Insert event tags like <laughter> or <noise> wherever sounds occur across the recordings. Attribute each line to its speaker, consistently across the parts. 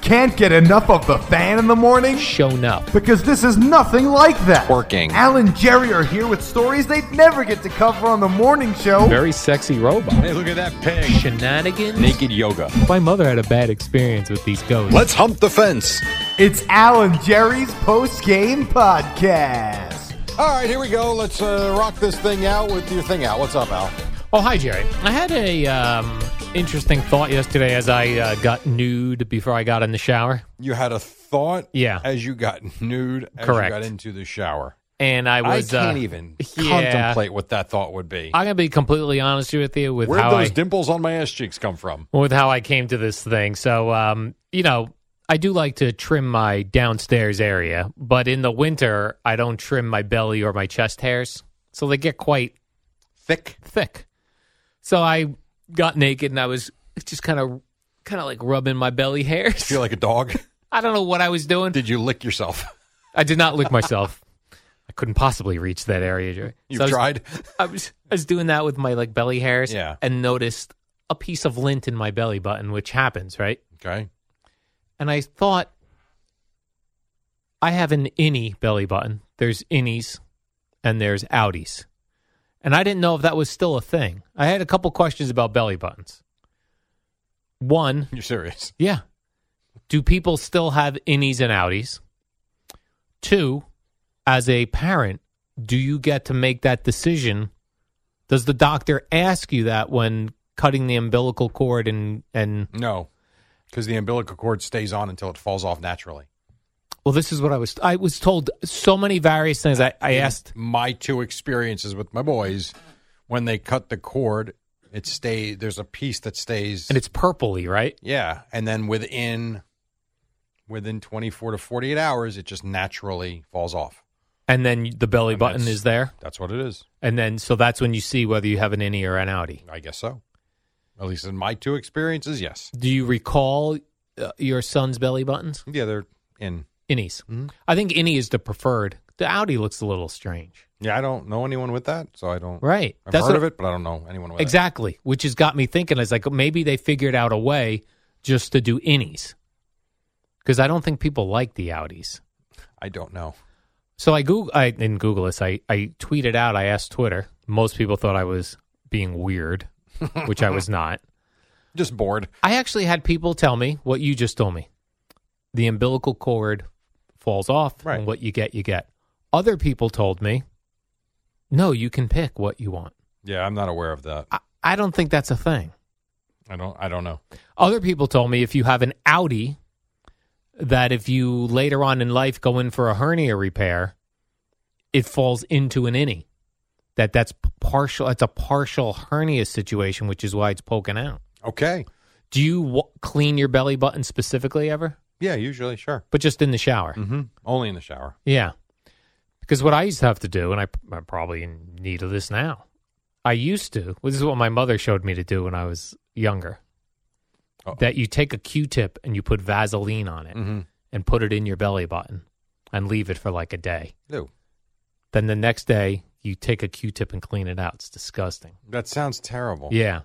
Speaker 1: Can't get enough of the fan in the morning?
Speaker 2: shown up.
Speaker 1: Because this is nothing like that.
Speaker 3: Working.
Speaker 1: Al and Jerry are here with stories they'd never get to cover on the morning show.
Speaker 2: Very sexy robot.
Speaker 3: Hey, look at that pig.
Speaker 2: Shenanigans.
Speaker 3: Naked yoga.
Speaker 2: My mother had a bad experience with these ghosts.
Speaker 3: Let's hump the fence.
Speaker 1: It's Al and Jerry's post game podcast.
Speaker 3: All right, here we go. Let's uh, rock this thing out with your thing out. What's up, Al?
Speaker 2: Oh, hi, Jerry. I had a um, interesting thought yesterday as I uh, got nude before I got in the shower,
Speaker 3: You had a thought
Speaker 2: Yeah.
Speaker 3: as you got nude, as
Speaker 2: Correct.
Speaker 3: you got into the shower.
Speaker 2: and I
Speaker 3: I
Speaker 2: was.
Speaker 3: can't
Speaker 2: uh,
Speaker 3: even
Speaker 2: yeah.
Speaker 3: contemplate what that thought would be.
Speaker 2: I'm gonna be completely honest with you with
Speaker 3: Where'd
Speaker 2: how
Speaker 3: those
Speaker 2: I
Speaker 3: dimples on my ass cheeks come from?
Speaker 2: with how I came to this thing. So, um, you know, I do like to trim my downstairs area, but in the winter, I don't trim my belly or my chest hairs, so they get quite
Speaker 3: Thick.
Speaker 2: thick. So I got naked and I was just kind of kind of like rubbing my belly hairs.
Speaker 3: Feel like
Speaker 2: <laughs>
Speaker 3: a dog?
Speaker 2: I don't know what I was doing.
Speaker 3: Did you
Speaker 2: <laughs>
Speaker 3: lick yourself?
Speaker 2: I did not lick myself. I couldn't possibly reach that area. Jerry.
Speaker 3: You've
Speaker 2: So I was-
Speaker 3: tried?
Speaker 2: I was I was doing that with my like belly hairs
Speaker 3: Yeah.
Speaker 2: and noticed a piece of lint in my belly button, which happens, right?
Speaker 3: Okay.
Speaker 2: And I thought I have an innie belly button. There's innies and there's outies. And I didn't know if that was still a thing. I had a couple questions about belly buttons. One,
Speaker 3: You're serious.
Speaker 2: yeah. Do people still have innies and outies? Two, as a parent, do you get to make that decision? Does the doctor ask you that when cutting the umbilical cord and and
Speaker 3: No. Because the umbilical cord stays on until it falls off naturally.
Speaker 2: well this is what I was I was told so many various things I, I asked
Speaker 3: my two experiences with my boys when they cut the cord it stays there's a piece that stays
Speaker 2: and it's purpley, right?
Speaker 3: yeah and then within within 24 to 48 hours it just naturally falls off
Speaker 2: And then the belly
Speaker 3: And
Speaker 2: button
Speaker 3: that's-
Speaker 2: is there.
Speaker 3: that's what it is
Speaker 2: And then so that's when you see whether you have an innie or an outie.
Speaker 3: i guess so at least in my two experiences yes
Speaker 2: Do you recall uh, your son's belly buttons?
Speaker 3: yeah they're in
Speaker 2: Innies.
Speaker 3: Mm-hmm.
Speaker 2: I think innie is the preferred. The outie looks a little strange.
Speaker 3: yeah i don't know anyone with that so i don't
Speaker 2: Right.
Speaker 3: i've
Speaker 2: That's
Speaker 3: heard
Speaker 2: what-
Speaker 3: of it but i don't know anyone with it.
Speaker 2: Exactly, which has got me thinking. I was like, maybe they figured out a way just to do innies because I don't think people like the outies.
Speaker 3: i don't know
Speaker 2: So I Google, I didn't Google this. I, I tweeted out. I asked Twitter. Most people thought I was being weird, which I was not.
Speaker 3: just bored
Speaker 2: I actually had people tell me what you just told me. The umbilical cord falls off,
Speaker 3: Right.
Speaker 2: and what you get, you get. Other people told me, no, you can pick what you want.
Speaker 3: yeah i'm not aware of that
Speaker 2: I, I don't think that's a thing.
Speaker 3: i don't i don't know
Speaker 2: Other people told me if you have an Audi, that if you later on in life go in for a hernia repair, it falls into an innie. That that's p- partial. That's a partial hernia situation, which is why it's poking out.
Speaker 3: okay
Speaker 2: Do you w- clean your belly button specifically ever?
Speaker 3: yeah usually sure
Speaker 2: But just in the shower,
Speaker 3: mm-hmm. only in the shower
Speaker 2: yeah. Because what I used to have to do, and I, I'm probably in need of this now. I used to. This is what my mother showed me to do when I was younger.
Speaker 3: Uh-oh.
Speaker 2: That you take a Q-tip and you put Vaseline on it.
Speaker 3: mm-hmm.
Speaker 2: and put it in your belly button and leave it for like a day.
Speaker 3: Ew.
Speaker 2: Then the next day, you take a Q-tip and clean it out. It's disgusting.
Speaker 3: That sounds terrible.
Speaker 2: Yeah.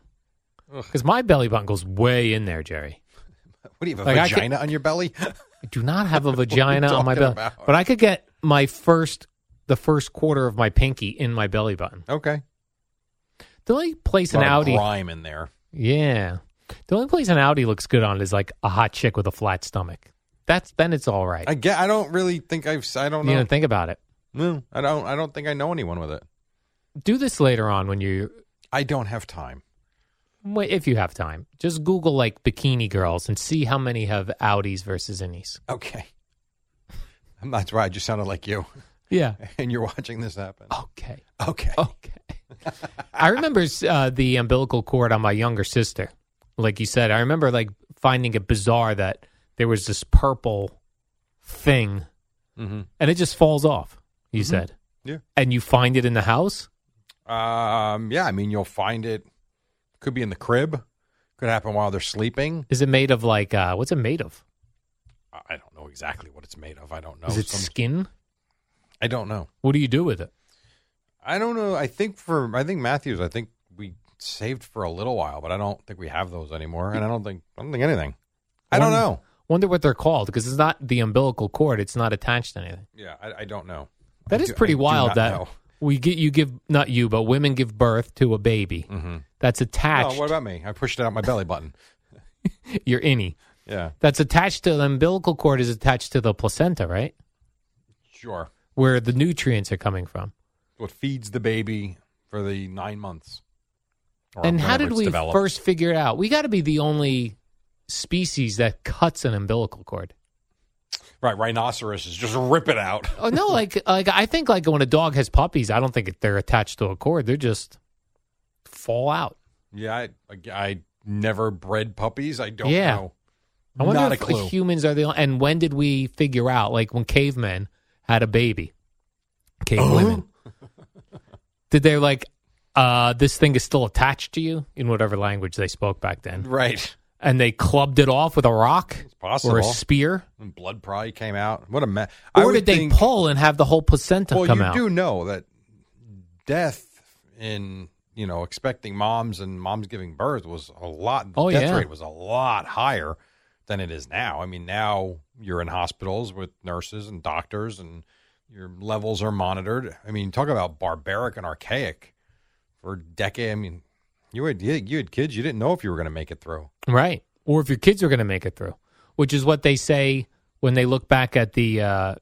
Speaker 3: Oh. Ugh.
Speaker 2: Because my belly button goes way in there, Jerry.
Speaker 3: What do you have, a
Speaker 2: Like, I
Speaker 3: vagina on your belly? <laughs>
Speaker 2: I do not have a
Speaker 3: What are you
Speaker 2: vagina on my
Speaker 3: talking
Speaker 2: belly,
Speaker 3: about?
Speaker 2: but I could get my first, the first quarter of my pinky in my belly button.
Speaker 3: okay.
Speaker 2: The only place an
Speaker 3: A lot of
Speaker 2: Audi,
Speaker 3: grime in there.
Speaker 2: yeah, the only place an Audi looks good on is like a hot chick with a flat stomach. That's then it's all right.
Speaker 3: I get. I don't really think I've. s- I don't
Speaker 2: you
Speaker 3: know.
Speaker 2: know, think about it.
Speaker 3: no, I don't. I don't think I know anyone with it.
Speaker 2: Do this later on when you
Speaker 3: I don't have time.
Speaker 2: Wait, if you have time, just Google like bikini girls and see how many have Audis versus Innies.
Speaker 3: Okay. <laughs> I'm not right. I just sounded like you, <laughs>
Speaker 2: Yeah.
Speaker 3: and you're watching this happen.
Speaker 2: Okay.
Speaker 3: Okay.
Speaker 2: Okay. I remember uh, the umbilical cord on my younger sister. Like you said, I remember like finding it bizarre that there was this purple thing
Speaker 3: hmm
Speaker 2: and it just falls off. You said,
Speaker 3: Mm-hmm. Yeah.
Speaker 2: and you find it in the house.
Speaker 3: Um, yeah, I mean, you'll find it. Could be in the crib. Could happen while they're sleeping.
Speaker 2: Is it made of like uh, what's it made of?
Speaker 3: I I don't know exactly what it's made of. I don't know.
Speaker 2: Is it
Speaker 3: Some-
Speaker 2: skin?
Speaker 3: I don't know.
Speaker 2: What do you do with it?
Speaker 3: I don't know. I think for I think Matthews. I think we saved for a little while, but I don't think we have those anymore. And I don't think I don't think anything. I don't
Speaker 2: One-
Speaker 3: know.
Speaker 2: Wonder what they're called because it's not the umbilical cord. It's not attached to anything.
Speaker 3: Yeah, I, I don't know.
Speaker 2: That
Speaker 3: I
Speaker 2: is
Speaker 3: do-
Speaker 2: pretty
Speaker 3: I do
Speaker 2: wild.
Speaker 3: not
Speaker 2: That
Speaker 3: know.
Speaker 2: we get you give not you, but women give birth to a baby that's attached.
Speaker 3: Oh, what about me? I pushed it out my belly button.
Speaker 2: your innie
Speaker 3: Yeah,
Speaker 2: that's attached to the umbilical cord is attached to the placenta, right?
Speaker 3: sure.
Speaker 2: Where the nutrients are coming from.
Speaker 3: What feeds the baby for the nine months? Or
Speaker 2: and how
Speaker 3: whenever
Speaker 2: did
Speaker 3: it's
Speaker 2: we
Speaker 3: developed.
Speaker 2: first figure it out? We got to be the only species that cuts an umbilical cord.
Speaker 3: Right, rhinoceroses just rip it out.
Speaker 2: Oh no, like like I think like when a dog has puppies, I don't think they're attached to a cord. They're just fall out.
Speaker 3: Yeah, I, I, I never bred puppies. I don't
Speaker 2: Yeah.
Speaker 3: know.
Speaker 2: I wonder
Speaker 3: Not
Speaker 2: if
Speaker 3: a clue.
Speaker 2: humans are the only, and when did we figure out like when cavemen had a baby? Cave
Speaker 3: Oh.
Speaker 2: women. <laughs> Did they like uh this thing is still attached to you in whatever language they spoke back then?
Speaker 3: Right.
Speaker 2: And they clubbed it off with a rock
Speaker 3: possible.
Speaker 2: or a spear?
Speaker 3: And blood probably came out. What a mess.
Speaker 2: Or did they pull and have the whole placenta
Speaker 3: Well,
Speaker 2: come
Speaker 3: you
Speaker 2: out?
Speaker 3: do know that death in you know expecting moms and moms giving birth was a lot. The
Speaker 2: Oh,
Speaker 3: death
Speaker 2: yeah.
Speaker 3: rate was a lot higher than it is now. I mean, now you're in hospitals with nurses and doctors, and your levels are monitored. I mean, talk about barbaric and archaic for decade. I mean, you had you had kids, you didn't know if you were going to make it through.
Speaker 2: Right. Or if your kids are going to make it through, which is what they say when they look back at the uh,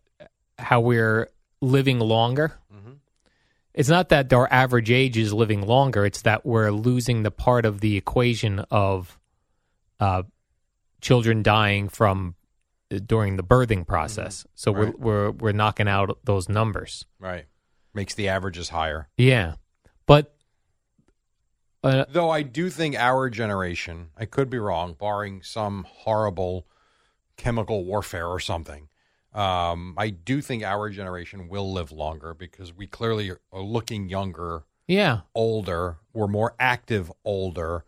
Speaker 2: how we're living longer. It's not that our average age is living longer; it's that we're losing the part of the equation of uh, children dying from uh, during the birthing process. So
Speaker 3: Right.
Speaker 2: we're, we're we're knocking out those numbers.
Speaker 3: Right, makes the averages higher.
Speaker 2: Yeah, but uh,
Speaker 3: Though I do think our generation, I could be wrong, barring some horrible chemical warfare or something, um, I do think our generation will live longer because we clearly are looking younger,
Speaker 2: yeah,
Speaker 3: older, we're more active, older,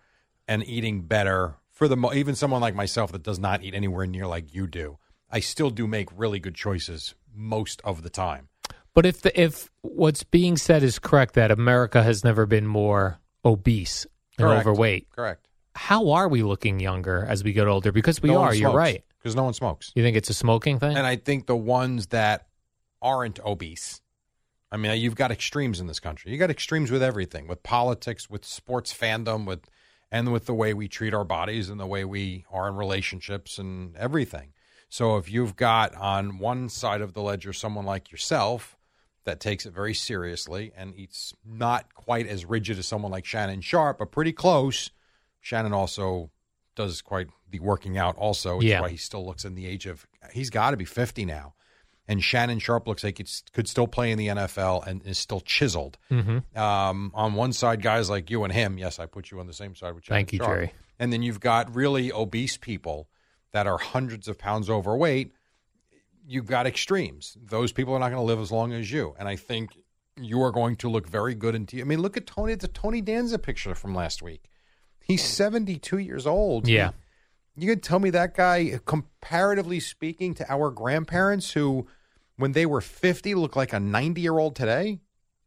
Speaker 3: and eating better. For the mo- even someone like myself that does not eat anywhere near like you do, I still do make really good choices most of the time.
Speaker 2: But if the, if what's being said is correct that America has never been more obese and
Speaker 3: Correct.
Speaker 2: overweight,
Speaker 3: Correct.
Speaker 2: how are we looking younger as we get older? Because we are. You're right.
Speaker 3: Because no one smokes.
Speaker 2: You think it's a smoking thing?
Speaker 3: And I think the ones that aren't obese. I mean, you've got extremes in this country. You got extremes with everything, with politics, with sports fandom, with and with the way we treat our bodies and the way we are in relationships and everything. So if you've got on one side of the ledger someone like yourself that takes it very seriously and eats not quite as rigid as someone like Shannon Sharp, but pretty close. Shannon also does quite the working out also. It's
Speaker 2: Yeah.
Speaker 3: why he still looks in the age of he's got to be 50 now. And Shannon Sharp looks like he could still play in the NFL and is still chiseled.
Speaker 2: Mm-hmm.
Speaker 3: Um, on one side, guys like you and him. Yes, I put you on the same side with Shannon
Speaker 2: Thank you,
Speaker 3: Sharp.
Speaker 2: Jerry.
Speaker 3: And then you've got really obese people that are hundreds of pounds overweight. You've got extremes. Those people are not going to live as long as you. And I think you are going to look very good in T. I mean, look at Tony. It's a Tony Danza picture from last week. He's 72 years old.
Speaker 2: yeah.
Speaker 3: You could tell me that guy, comparatively speaking to our grandparents who, when they were 50, looked like a 90 year old today?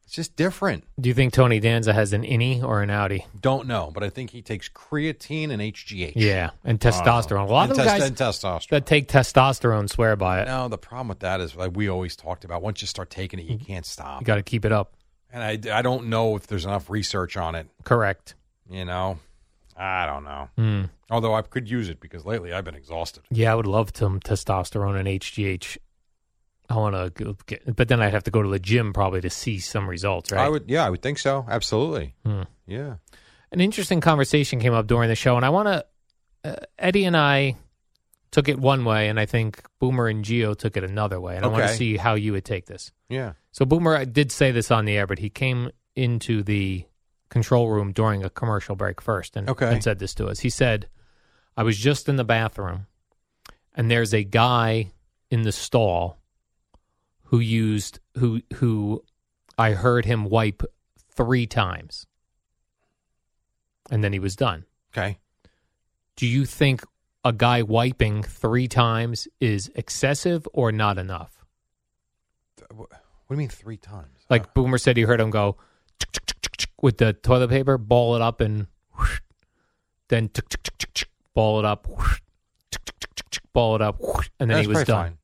Speaker 3: It's just different.
Speaker 2: Do you think Tony Danza has an innie or an outie?
Speaker 3: Don't know, but I think he takes creatine and HGH.
Speaker 2: Yeah, and testosterone. A lot
Speaker 3: And
Speaker 2: of the
Speaker 3: tes-
Speaker 2: guys
Speaker 3: and testosterone.
Speaker 2: that take testosterone swear by it.
Speaker 3: no, the problem with that is like we always talked about. Once you start taking it, you can't stop.
Speaker 2: You got to keep it up.
Speaker 3: And I, I don't know if there's enough research on it.
Speaker 2: Correct.
Speaker 3: You know, I don't know.
Speaker 2: Hmm.
Speaker 3: Although I could use it because lately I've been exhausted.
Speaker 2: Yeah, I would love some testosterone and HGH. I want to get, but then I'd have to go to the gym probably to see some results, right?
Speaker 3: I would, yeah, I would think so. Absolutely.
Speaker 2: Hmm.
Speaker 3: Yeah.
Speaker 2: an interesting conversation came up during the show, and I want to. Uh, Eddie and I took it one way, and I think Boomer and Geo took it another way, and I want
Speaker 3: Okay.
Speaker 2: to see how you would take this.
Speaker 3: Yeah.
Speaker 2: So Boomer did say this on the air, but he came into the control room during a commercial break first and,
Speaker 3: Okay.
Speaker 2: and said this to us. He said, I was just in the bathroom and there's a guy in the stall who used who who I heard him wipe three times. And then he was done.
Speaker 3: Okay.
Speaker 2: Do you think a guy wiping three times is excessive or not enough?
Speaker 3: What do you mean three times? Uh,
Speaker 2: Like Boomer said, he heard him go "Tsk, tsk, tsk, tsk, tsk," with the toilet paper, ball it up, and whoosh. then tsk, tsk, tsk, tsk, tsk, ball it up, whoosh. Tsk, tsk, tsk, tsk, tsk, ball it up, whoosh. and then
Speaker 3: That's
Speaker 2: he was
Speaker 3: probably
Speaker 2: done.
Speaker 3: fine.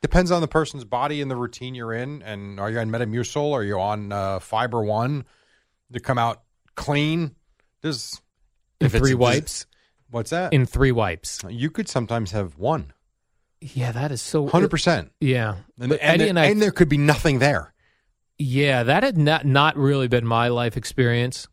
Speaker 3: Depends on the person's body and the routine you're in. And are you on Metamucil? Are you on uh, Fiber One to come out clean? There's
Speaker 2: In
Speaker 3: if it's
Speaker 2: three
Speaker 3: a dis-
Speaker 2: wipes,
Speaker 3: What's that?
Speaker 2: in three wipes.
Speaker 3: you could sometimes have one.
Speaker 2: Yeah, that is so.
Speaker 3: Hundred percent.
Speaker 2: Yeah,
Speaker 3: And,
Speaker 2: But
Speaker 3: and,
Speaker 2: Eddie
Speaker 3: there-
Speaker 2: and I-
Speaker 3: and there could be nothing there.
Speaker 2: yeah, that had not not really been my life experience.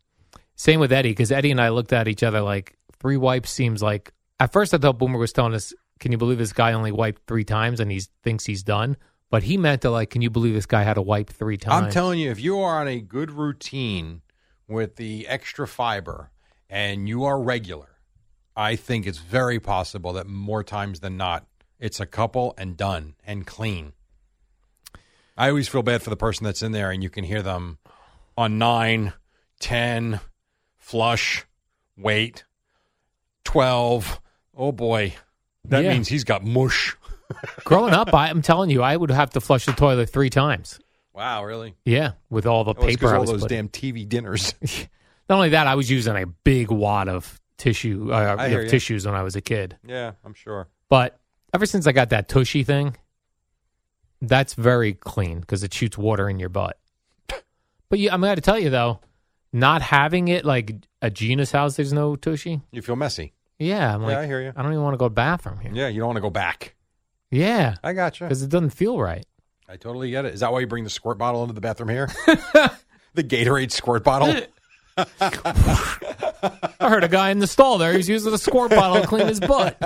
Speaker 2: Same with Eddie, because Eddie and I looked at each other like three wipes seems like. At first, I thought Boomer was telling us, "Can you believe this guy only wiped three times and he thinks he's done?" But he meant to like, "Can you believe this guy had to wipe three times?"
Speaker 3: I'm telling you, if you are on a good routine with the extra fiber and you are regular, I think it's very possible that more times than not, it's a couple and done and clean. I always feel bad for the person that's in there and you can hear them on nine, ten, flush, wait, 12. Oh boy. That
Speaker 2: Yeah.
Speaker 3: means he's got mush.
Speaker 2: Growing up, I, I'm telling you, I would have to flush the toilet three times.
Speaker 3: Wow, really?
Speaker 2: Yeah, with all the
Speaker 3: Oh, it's 'cause
Speaker 2: paper. I
Speaker 3: all
Speaker 2: was
Speaker 3: those
Speaker 2: putting-
Speaker 3: damn TV dinners. <laughs>
Speaker 2: Not only that, I was using a big wad of tissue uh,
Speaker 3: I
Speaker 2: of
Speaker 3: hear ya.
Speaker 2: tissues when I was a kid.
Speaker 3: yeah, I'm sure.
Speaker 2: But ever since I got that tushy thing, that's very clean because it shoots water in your butt. <laughs> But yeah, I'm going to tell you though, not having it like a Gina's house, there's no tushy.
Speaker 3: You feel messy.
Speaker 2: Yeah, I'm
Speaker 3: Yeah,
Speaker 2: like,
Speaker 3: I hear you.
Speaker 2: I don't even want to go to the bathroom here.
Speaker 3: Yeah, you don't want to go back.
Speaker 2: Yeah,
Speaker 3: I gotcha.
Speaker 2: because it doesn't feel right.
Speaker 3: I totally get it. Is that why you bring the squirt bottle into the
Speaker 2: <laughs>
Speaker 3: bathroom here? the Gatorade squirt bottle.
Speaker 2: I heard a guy in the stall there. He's using a squirt bottle to clean his
Speaker 3: <laughs>
Speaker 2: butt.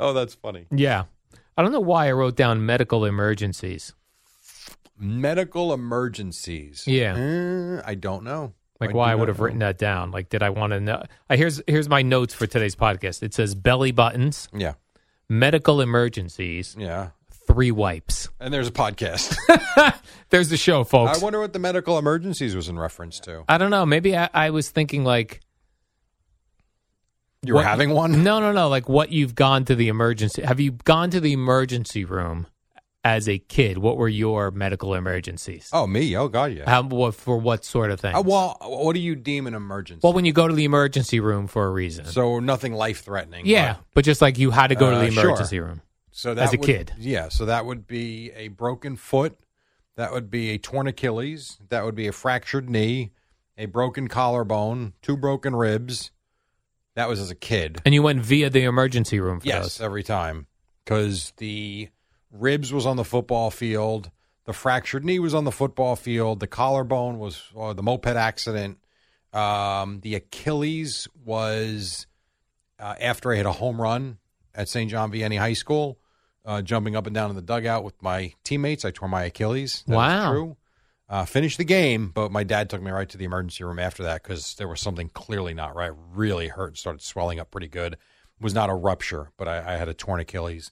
Speaker 3: oh, that's funny.
Speaker 2: Yeah. I don't know why I wrote down medical emergencies.
Speaker 3: Medical emergencies.
Speaker 2: Yeah.
Speaker 3: Eh, I don't know.
Speaker 2: Like
Speaker 3: do
Speaker 2: why I
Speaker 3: not
Speaker 2: would have
Speaker 3: know.
Speaker 2: written that down. Like did I want to know I here's here's my notes for today's podcast. It says belly buttons,
Speaker 3: Yeah,
Speaker 2: medical emergencies,
Speaker 3: yeah.
Speaker 2: three wipes.
Speaker 3: And there's a podcast.
Speaker 2: There's the show, <laughs>
Speaker 3: I
Speaker 2: folks. I,
Speaker 3: wonder what the medical emergencies was in reference to.
Speaker 2: don't know. Maybe I, I was thinking like
Speaker 3: You were
Speaker 2: What-
Speaker 3: having one.
Speaker 2: no no no, like what you've gone to the emergency have you gone to the emergency room as a kid? What were your medical emergencies?
Speaker 3: Oh, me. Oh, God, yeah.
Speaker 2: How what for what sort of thing?
Speaker 3: Uh, well, what do you deem an emergency?
Speaker 2: well when you go to the emergency room for a reason.
Speaker 3: so nothing life threatening.
Speaker 2: Yeah, but just like you had to go to
Speaker 3: Uh,
Speaker 2: the
Speaker 3: sure.
Speaker 2: emergency room.
Speaker 3: So that
Speaker 2: As a
Speaker 3: would-
Speaker 2: kid.
Speaker 3: yeah. So that would be a broken foot, that would be a torn Achilles, that would be a fractured knee, a broken collarbone, two broken ribs. That was as a kid.
Speaker 2: And you went via the emergency room for
Speaker 3: Yes,
Speaker 2: those.
Speaker 3: every time because the ribs was on the football field, the fractured knee was on the football field, the collarbone was or the moped accident, um, the Achilles was uh, after I hit a home run at St. John Vianney High School, uh, jumping up and down in the dugout with my teammates. I tore my Achilles. That is
Speaker 2: Wow.
Speaker 3: true. Uh, finished the game, but my dad took me right to the emergency room after that because there was something clearly not right. Really hurt, started swelling up pretty good. Was not a rupture, but I, I had a torn Achilles.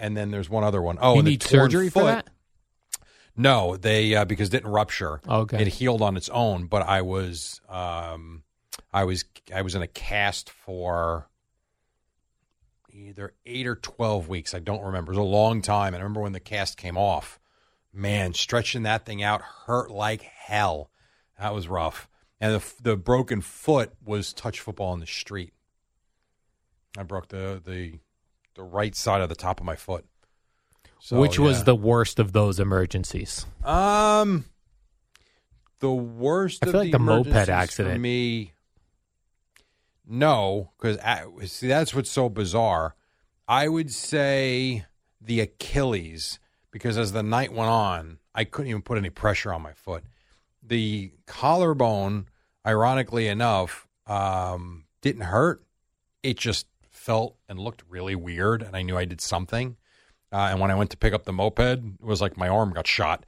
Speaker 3: And then there's one other one. Oh,
Speaker 2: you
Speaker 3: and the
Speaker 2: need
Speaker 3: torn
Speaker 2: surgery
Speaker 3: foot.
Speaker 2: for that?
Speaker 3: No, they uh, because it didn't rupture.
Speaker 2: Okay.
Speaker 3: it healed on its own. But I was, um, I was, I was in a cast for either eight or twelve weeks. I don't remember. It was a long time. And I remember when the cast came off. Man, stretching that thing out hurt like hell. That was rough. And the the broken foot was touch football on the street. I broke the the the right side of the top of my foot. So,
Speaker 2: Which was
Speaker 3: Oh, yeah.
Speaker 2: the worst of those emergencies?
Speaker 3: Um, the worst.
Speaker 2: I
Speaker 3: of
Speaker 2: feel like
Speaker 3: the
Speaker 2: the moped
Speaker 3: emergencies For
Speaker 2: accident.
Speaker 3: me, no, because see that's what's so bizarre. I would say the Achilles because as the night went on, I couldn't even put any pressure on my foot. The collarbone, ironically enough, um, didn't hurt. It just felt and looked really weird, and I knew I did something. Uh, and when I went to pick up the moped, it was like my arm got shot.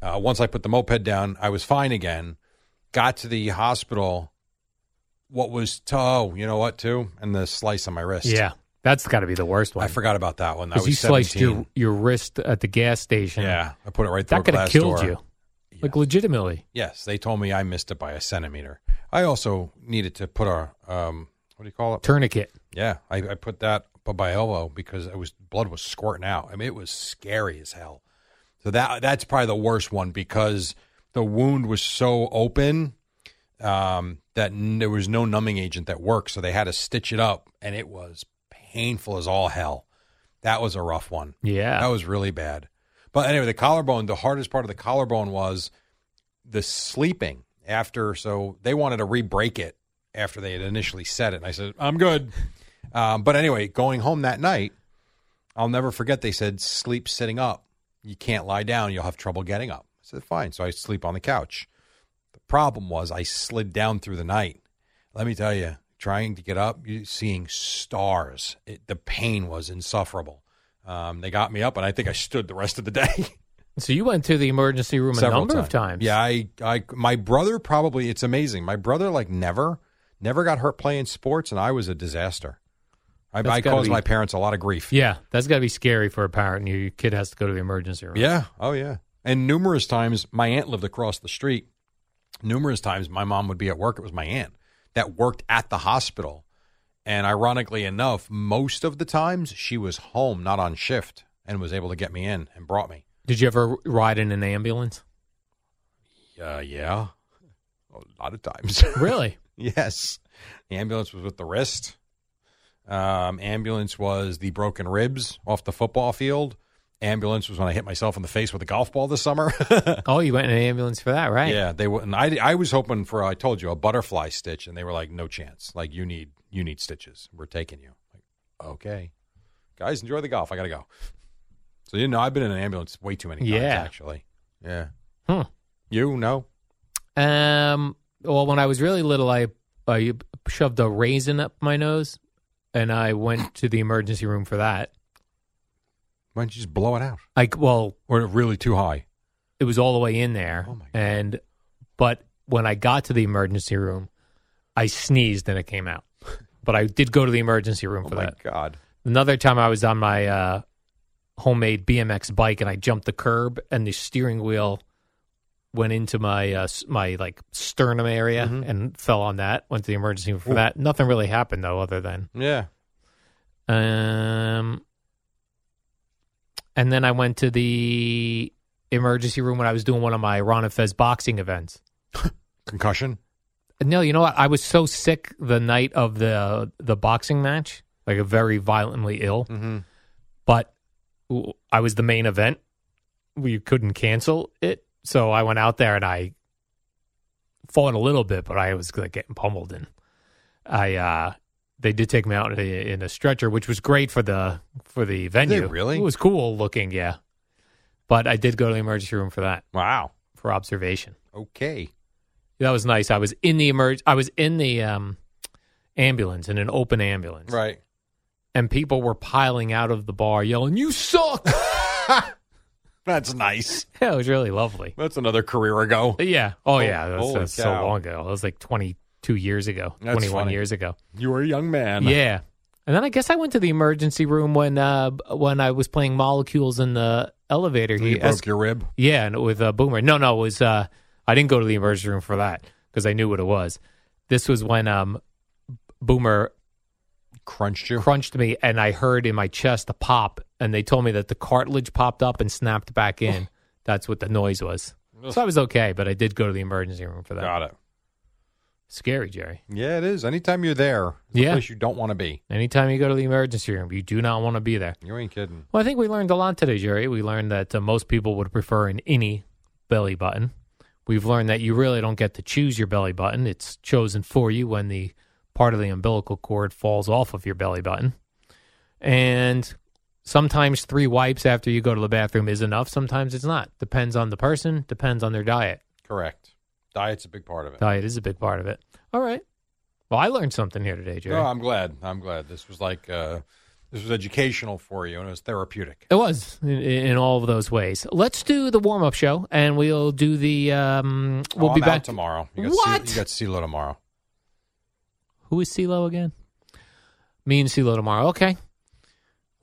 Speaker 3: Uh, once I put the moped down, I was fine again. Got to the hospital. What was to oh, you know what too, and the slice on my wrist.
Speaker 2: Yeah, that's got to be the worst one.
Speaker 3: I forgot about that one. I
Speaker 2: Because
Speaker 3: was
Speaker 2: you sliced
Speaker 3: 17.
Speaker 2: your, your wrist at the gas station.
Speaker 3: Yeah, I put it right through.
Speaker 2: that could have killed you,
Speaker 3: Like,
Speaker 2: like legitimately.
Speaker 3: yes, they told me I missed it by a centimeter. I also needed to put a um, what do you call it?
Speaker 2: Tourniquet.
Speaker 3: Yeah, I, I put that up by elbow because it was blood was squirting out. I mean, it was scary as hell. So that that's probably the worst one because the wound was so open um, that n- there was no numbing agent that worked. So they had to stitch it up, and it was painful as all hell. That was a rough one.
Speaker 2: Yeah.
Speaker 3: That was really bad. But anyway, the collarbone, the hardest part of the collarbone was the sleeping after. So they wanted to re break it after they had initially said it. And I said, I'm good. Um, but anyway, going home that night, I'll never forget they said, sleep sitting up. You can't lie down. You'll have trouble getting up. I said, fine. So I sleep on the couch. The problem was I slid down through the night. Let me tell you, trying to get up, you seeing stars, it, the pain was insufferable. Um, they got me up, and I think I stood the rest of the <laughs> day.
Speaker 2: so you went to the emergency room a
Speaker 3: several
Speaker 2: number of times.
Speaker 3: Yeah, I, I, my brother probably. It's amazing. My brother like never, never got hurt playing sports, and I was a disaster. I,
Speaker 2: That's
Speaker 3: I
Speaker 2: gotta
Speaker 3: caused
Speaker 2: be-
Speaker 3: my parents a lot of grief.
Speaker 2: Yeah, that's got to be scary for a parent. and Your your kid has to go to the emergency room.
Speaker 3: Yeah. Oh, yeah. And numerous times, my aunt lived across the street. Numerous times, my mom would be at work. It was my aunt that worked at the hospital. And ironically enough, most of the times she was home, not on shift, and was able to get me in and brought me.
Speaker 2: Did you ever ride in an ambulance?
Speaker 3: Uh, yeah. A lot of times. <laughs>
Speaker 2: Really?
Speaker 3: yes. The ambulance was with the wrist. Um, ambulance was the broken ribs off the football field. Ambulance was when I hit myself in the face with a golf ball this summer. <laughs>
Speaker 2: oh, you went in an ambulance for that, right?
Speaker 3: Yeah, they wouldn't. I, I was hoping for I told you a butterfly stitch, and they were like, no chance. Like you need you need stitches. We're taking you. Like okay, guys, enjoy the golf. I gotta go. So you know, I've been in an ambulance way too many times.
Speaker 2: Yeah.
Speaker 3: actually. Yeah.
Speaker 2: Hmm.
Speaker 3: You know.
Speaker 2: Um. Well, when I was really little, I I shoved a raisin up my nose, and I went to the emergency room for that.
Speaker 3: Why don't you just blow it out?
Speaker 2: I well,
Speaker 3: Or really too high?
Speaker 2: it was all the way in there,
Speaker 3: Oh, my God.
Speaker 2: and but when I got to the emergency room, I sneezed and it came out. <laughs> But I did go to the emergency room
Speaker 3: Oh
Speaker 2: for
Speaker 3: my
Speaker 2: that.
Speaker 3: god.
Speaker 2: Another time, I was on my uh, homemade BMX bike and I jumped the curb, and the steering wheel went into my uh, s- my like sternum area and fell on that. Went to the emergency room for
Speaker 3: Mm-hmm. Ooh.
Speaker 2: that. Nothing really happened though, other than
Speaker 3: Yeah.
Speaker 2: um, and then I went to the emergency room when I was doing one of my Ron and Fez boxing events.
Speaker 3: Concussion.
Speaker 2: No, you know what? I was so sick the night of the the boxing match, like a very violently ill.
Speaker 3: Mm-hmm.
Speaker 2: But w- I was the main event. We couldn't cancel it, so I went out there and I fought a little bit, but I was like getting pummeled. And I uh, they did take me out in a, in a stretcher, which was great for the for the venue.
Speaker 3: really?
Speaker 2: it was cool looking, yeah. But I did go to the emergency room for that
Speaker 3: Wow.
Speaker 2: for observation.
Speaker 3: Okay.
Speaker 2: That was nice. I was in the emerg- I was in the um, ambulance in an open ambulance,
Speaker 3: Right.
Speaker 2: And people were piling out of the bar yelling, "You suck!" <laughs>
Speaker 3: That's <laughs> nice.
Speaker 2: yeah, it was really lovely.
Speaker 3: That's another career ago.
Speaker 2: Yeah. Oh, yeah. That was,
Speaker 3: holy
Speaker 2: that's so
Speaker 3: cow.
Speaker 2: long ago. That was like twenty two years ago,
Speaker 3: That's
Speaker 2: twenty one
Speaker 3: funny.
Speaker 2: years ago.
Speaker 3: You were a young man.
Speaker 2: yeah. And then I guess I went to the emergency room when uh, b- when I was playing molecules in the elevator.
Speaker 3: You
Speaker 2: He
Speaker 3: broke
Speaker 2: asked-
Speaker 3: your rib.
Speaker 2: Yeah, and with a boomer. No, no, it was uh, I didn't go to the emergency room for that because I knew what it was. This was when um, Boomer
Speaker 3: Crunched you.
Speaker 2: crunched me and I heard in my chest a pop and they told me that the cartilage popped up and snapped back in. That's what the noise was. So I was okay, but I did go to the emergency room for that.
Speaker 3: Got it.
Speaker 2: Scary, Jerry.
Speaker 3: Yeah, it is. Anytime you're there, it's
Speaker 2: Yeah.
Speaker 3: a place you don't want to be.
Speaker 2: Anytime you go to the emergency room, you do not want to be there.
Speaker 3: You ain't kidding.
Speaker 2: Well, I think we learned a lot today, Jerry. We learned that uh, most people would prefer an any belly button. We've learned that you really don't get to choose your belly button. It's chosen for you when the part of the umbilical cord falls off of your belly button. And sometimes three wipes after you go to the bathroom is enough. Sometimes it's not. Depends on the person, depends on their diet.
Speaker 3: Correct. Diet's a big part of it.
Speaker 2: Diet is a big part of it. All right. Well, I learned something here today, Jerry.
Speaker 3: No, I'm glad. I'm glad. This was like uh, this was educational for you, and it was therapeutic.
Speaker 2: It was in, in all of those ways. Let's do the warm up show, and we'll do the. Um, we'll
Speaker 3: Oh,
Speaker 2: be
Speaker 3: I'm out
Speaker 2: back
Speaker 3: tomorrow. You got
Speaker 2: What?
Speaker 3: C- you got CeeLo tomorrow.
Speaker 2: Who is CeeLo again? Me and CeeLo tomorrow. Okay. At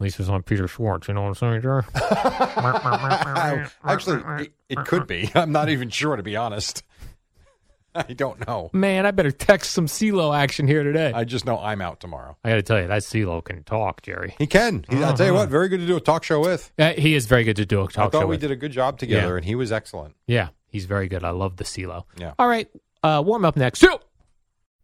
Speaker 2: least it's on Peter Schwartz. You know what I'm saying, Jerry?
Speaker 3: <laughs> Actually, it, it could be. <laughs> I'm not even sure to be honest. <laughs> I don't know.
Speaker 2: <laughs> Man, I better text some CeeLo action here today. I,
Speaker 3: I just know I'm out tomorrow.
Speaker 2: got to tell you, that CeeLo can talk, Jerry.
Speaker 3: He can. He, I'll tell you
Speaker 2: Uh-huh.
Speaker 3: what. Very good to do a talk show with.
Speaker 2: Uh, he is very good to do a talk
Speaker 3: I thought
Speaker 2: show
Speaker 3: we
Speaker 2: with.
Speaker 3: did a good job together,
Speaker 2: Yeah.
Speaker 3: and he was excellent.
Speaker 2: Yeah, he's very good. I love the CeeLo.
Speaker 3: Yeah.
Speaker 2: All right, uh, warm up next. Two.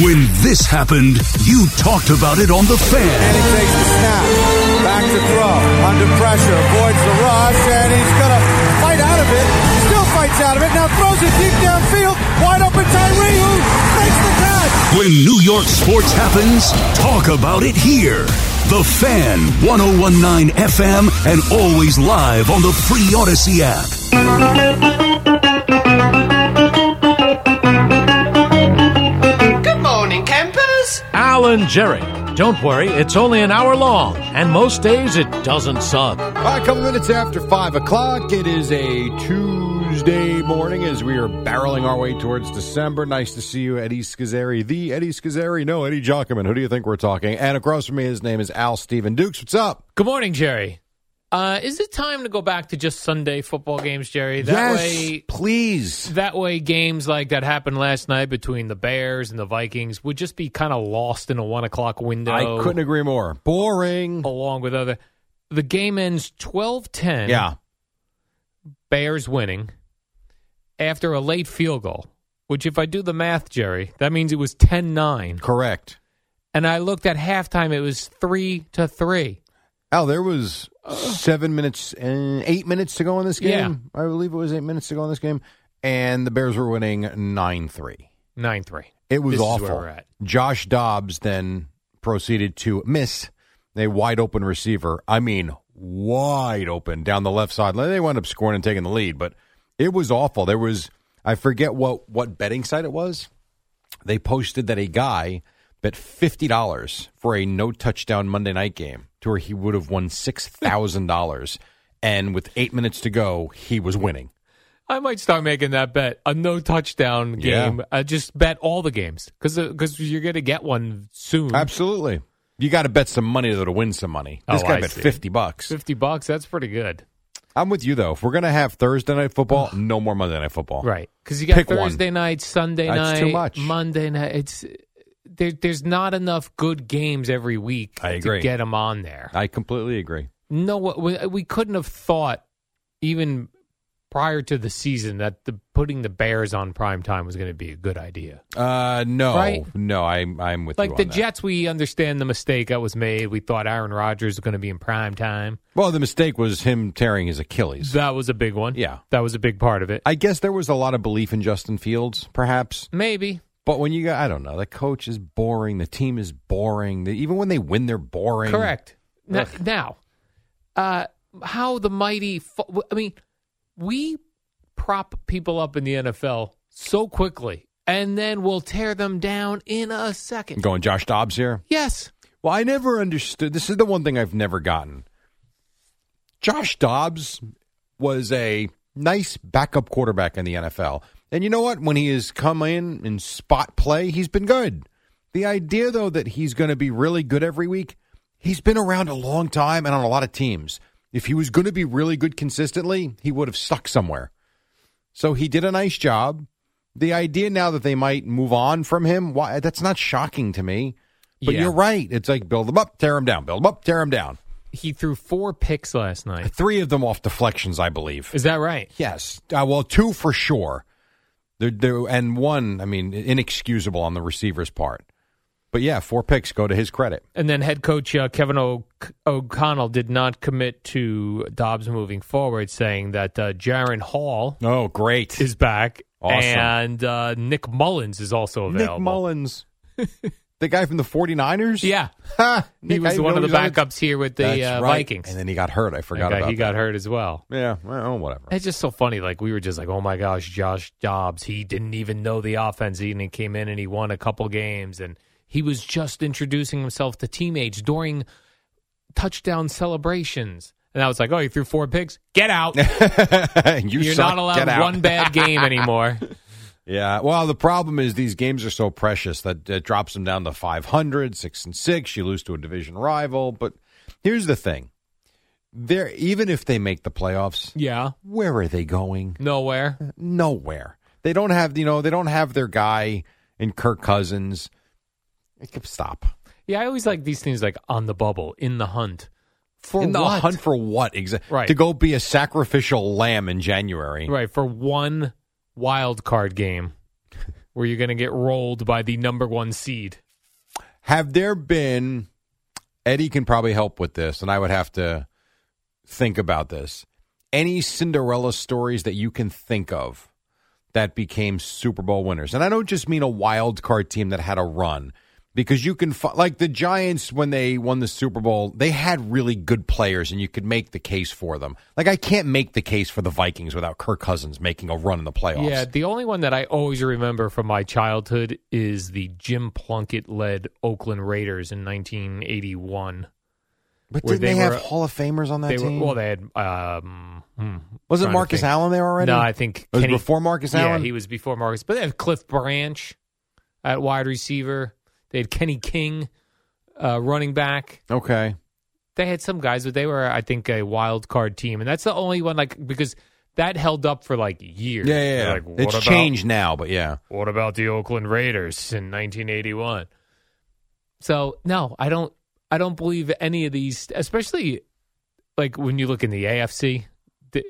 Speaker 4: When this happened, you talked about it on The
Speaker 1: And
Speaker 4: Fan.
Speaker 1: he takes the snap. Back to throw. Under pressure. Avoids the rush. And he's going to fight out of it. Still fights out of it. Now throws it deep downfield. Wide open Tyree who makes the catch.
Speaker 4: When New York sports happens, talk about it here. The Fan, 1019 FM, and always live on the free Odyssey app.
Speaker 5: Alan Jerry. Don't worry, it's only an hour long, and most days it doesn't suck.
Speaker 3: All right, a couple minutes after five o'clock. It is a Tuesday morning as we are barreling our way towards December. Nice to see you, Eddie Scazzeri. The Eddie Scazzeri. No, Eddie Jockman. Who do you think we're talking? And across from me, his name is Al Stephen Dukes. What's up?
Speaker 2: Good morning, Jerry. Uh, is it time to go back to just Sunday football games, Jerry? That way,
Speaker 3: please.
Speaker 2: that way, games like that happened last night between the Bears and the Vikings would just be kind of lost in a one o'clock window.
Speaker 3: I couldn't agree more. Boring.
Speaker 2: along with other. The game ends 12-10.
Speaker 3: Yeah.
Speaker 2: Bears winning after a late field goal, which if I do the math, Jerry, that means it was 10-9.
Speaker 3: Correct.
Speaker 2: And I looked at halftime, it was 3 to 3.
Speaker 3: Al, there was seven minutes and eight minutes to go in this game. I believe it was eight minutes to go in this game. And the Bears were winning 9 3.
Speaker 2: 9-3.
Speaker 3: It was
Speaker 2: This is
Speaker 3: awful.
Speaker 2: where we're at.
Speaker 3: Josh Dobbs then proceeded to miss a wide open receiver. I mean, wide open down the left side. They wound up scoring and taking the lead, but it was awful. There was I forget what what betting site it was. They posted that a guy bet fifty dollars for a no touchdown Monday night game to where he would have
Speaker 2: <laughs>
Speaker 3: won six thousand dollars. And with eight minutes to go, he was winning.
Speaker 2: Mm-hmm. I might start making that bet. A no touchdown
Speaker 3: Yeah.
Speaker 2: game. I just bet all the games because you're going to get one soon.
Speaker 3: Absolutely. You got to bet some money though to win some money. This
Speaker 2: Oh,
Speaker 3: guy
Speaker 2: I
Speaker 3: bet
Speaker 2: see.
Speaker 3: fifty bucks.
Speaker 2: 50 bucks, that's pretty good.
Speaker 3: I'm with you though. If we're gonna have Thursday night football, no more Monday night football.
Speaker 2: Right. Because you got
Speaker 3: Pick one.
Speaker 2: Thursday night, Sunday
Speaker 3: That's
Speaker 2: night,
Speaker 3: too much.
Speaker 2: Monday night. It's there, there's not enough good games every week
Speaker 3: I agree.
Speaker 2: to get them on there.
Speaker 3: I completely agree.
Speaker 2: No, we, we couldn't have thought even prior to the season that the, putting the Bears on prime time was going to be a good idea.
Speaker 3: Uh, no,
Speaker 2: Right?
Speaker 3: no, I'm I'm with you
Speaker 2: Like
Speaker 3: on
Speaker 2: the
Speaker 3: that.
Speaker 2: Jets, we understand the mistake that was made. We thought Aaron Rodgers was going to be in prime time.
Speaker 3: Well, the mistake was him tearing his Achilles.
Speaker 2: That was a big one.
Speaker 3: Yeah.
Speaker 2: that was a big part of it.
Speaker 3: I guess there was a lot of belief in Justin Fields, perhaps.
Speaker 2: Maybe
Speaker 3: But when you got, I don't know, the coach is boring. The team is boring. The, even when they win, they're boring.
Speaker 2: Correct. Now, now uh, how the mighty. Fo- I mean, we prop people up in the NFL so quickly, and then we'll tear them down in a second.
Speaker 3: Going Josh Dobbs here.
Speaker 2: Yes.
Speaker 3: Well, I never understood. This is the one thing I've never gotten. Josh Dobbs was a nice backup quarterback in the NFL. And you know what? When he has come in in spot play, he's been good. The idea, though, that he's going to be really good every week, he's been around a long time and on a lot of teams. If he was going to be really good consistently, he would have stuck somewhere. So he did a nice job. The idea now that they might move on from him, why, that's not shocking to me. But
Speaker 2: Yeah.
Speaker 3: you're right. It's like build them up, tear them down, build them up, tear them down.
Speaker 2: He threw four picks last night.
Speaker 3: Three of them off deflections, I believe.
Speaker 2: Is that right?
Speaker 3: Yes. Uh, well, two for sure. There, there, and one, I mean, inexcusable on the receiver's part. But yeah, four picks go to his credit.
Speaker 2: And then head coach uh, Kevin o- O'Connell did not commit to Dobbs moving forward, saying that uh, Jaron Hall
Speaker 3: Oh, great.
Speaker 2: is back
Speaker 3: Awesome.
Speaker 2: and uh, Nick Mullins is also available.
Speaker 3: Nick Mullins, the guy from the 49ers?
Speaker 2: Yeah,
Speaker 3: Ha!
Speaker 2: he
Speaker 3: Nick,
Speaker 2: was
Speaker 3: I
Speaker 2: one of
Speaker 3: know
Speaker 2: the
Speaker 3: he's on
Speaker 2: backups here with the
Speaker 3: That's
Speaker 2: uh,
Speaker 3: right.
Speaker 2: Vikings.
Speaker 3: And then he got hurt. I forgot
Speaker 2: Okay,
Speaker 3: about
Speaker 2: he got hurt as well.
Speaker 3: that. Yeah,
Speaker 2: <laughs>
Speaker 3: well, whatever. <laughs>
Speaker 2: It's just so funny. Like we were just like, oh my gosh, Josh Dobbs. He didn't even know the offense. He, and he came in and he won a couple games, and he was just introducing himself to teammates during touchdown celebrations. And I was like, oh, he threw four picks. Get
Speaker 3: <laughs>
Speaker 2: out.
Speaker 3: you
Speaker 2: You're
Speaker 3: suck.
Speaker 2: not
Speaker 3: Get
Speaker 2: allowed
Speaker 3: out.
Speaker 2: one bad game
Speaker 3: <laughs>
Speaker 2: anymore.
Speaker 3: Yeah. Well, the problem is these games are so precious that it drops them down to 500, 6 and 6. You lose to a division rival. But here's the thing They're, even if they make the playoffs,
Speaker 2: yeah,
Speaker 3: where are they going?
Speaker 2: nowhere.
Speaker 3: Nowhere. They don't have, you know, they don't have their guy in Kirk Cousins. Stop.
Speaker 2: Yeah, I always like these things like on the bubble, in the hunt. For
Speaker 3: in the
Speaker 2: what?
Speaker 3: hunt for what exactly?
Speaker 2: Right.
Speaker 3: To go be a sacrificial lamb in January.
Speaker 2: Right, for one wild card game where you're going to get rolled by the number one seed.
Speaker 3: Have there been Eddie can probably help with this, and I would have to think about this. Any Cinderella stories that you can think of that became Super Bowl winners? And I don't just mean a wild card team that had a run, because you can fi- like the Giants when they won the Super Bowl, they had really good players, and you could make the case for them. Like I can't make the case for the Vikings without Kirk Cousins making a run in the playoffs.
Speaker 2: Yeah, the only one that I always remember from my childhood is the Jim Plunkett led Oakland Raiders in 1981.
Speaker 3: but
Speaker 2: where
Speaker 3: didn't they,
Speaker 2: they
Speaker 3: have
Speaker 2: were-
Speaker 3: Hall of Famers on that
Speaker 2: They
Speaker 3: team?
Speaker 2: were, well, they had. Um, hmm,
Speaker 3: Wasn't
Speaker 2: trying to
Speaker 3: Marcus
Speaker 2: think.
Speaker 3: Allen there already?
Speaker 2: No, I think
Speaker 3: It was
Speaker 2: Kenny-
Speaker 3: before Marcus
Speaker 2: yeah,
Speaker 3: Allen?
Speaker 2: he was before Marcus. But they had Cliff Branch at wide receiver. They had Kenny King, uh, running back.
Speaker 3: Okay.
Speaker 2: they had some guys, but they were, I think, a wild card team, and that's the only one like because that held up for like years.
Speaker 3: Yeah, yeah,
Speaker 2: They're
Speaker 3: yeah.
Speaker 2: Like, what
Speaker 3: it's
Speaker 2: about,
Speaker 3: changed now, but yeah.
Speaker 2: What about the Oakland Raiders in 1981? So no, I don't. I don't believe any of these, especially like when you look in the AFC. The,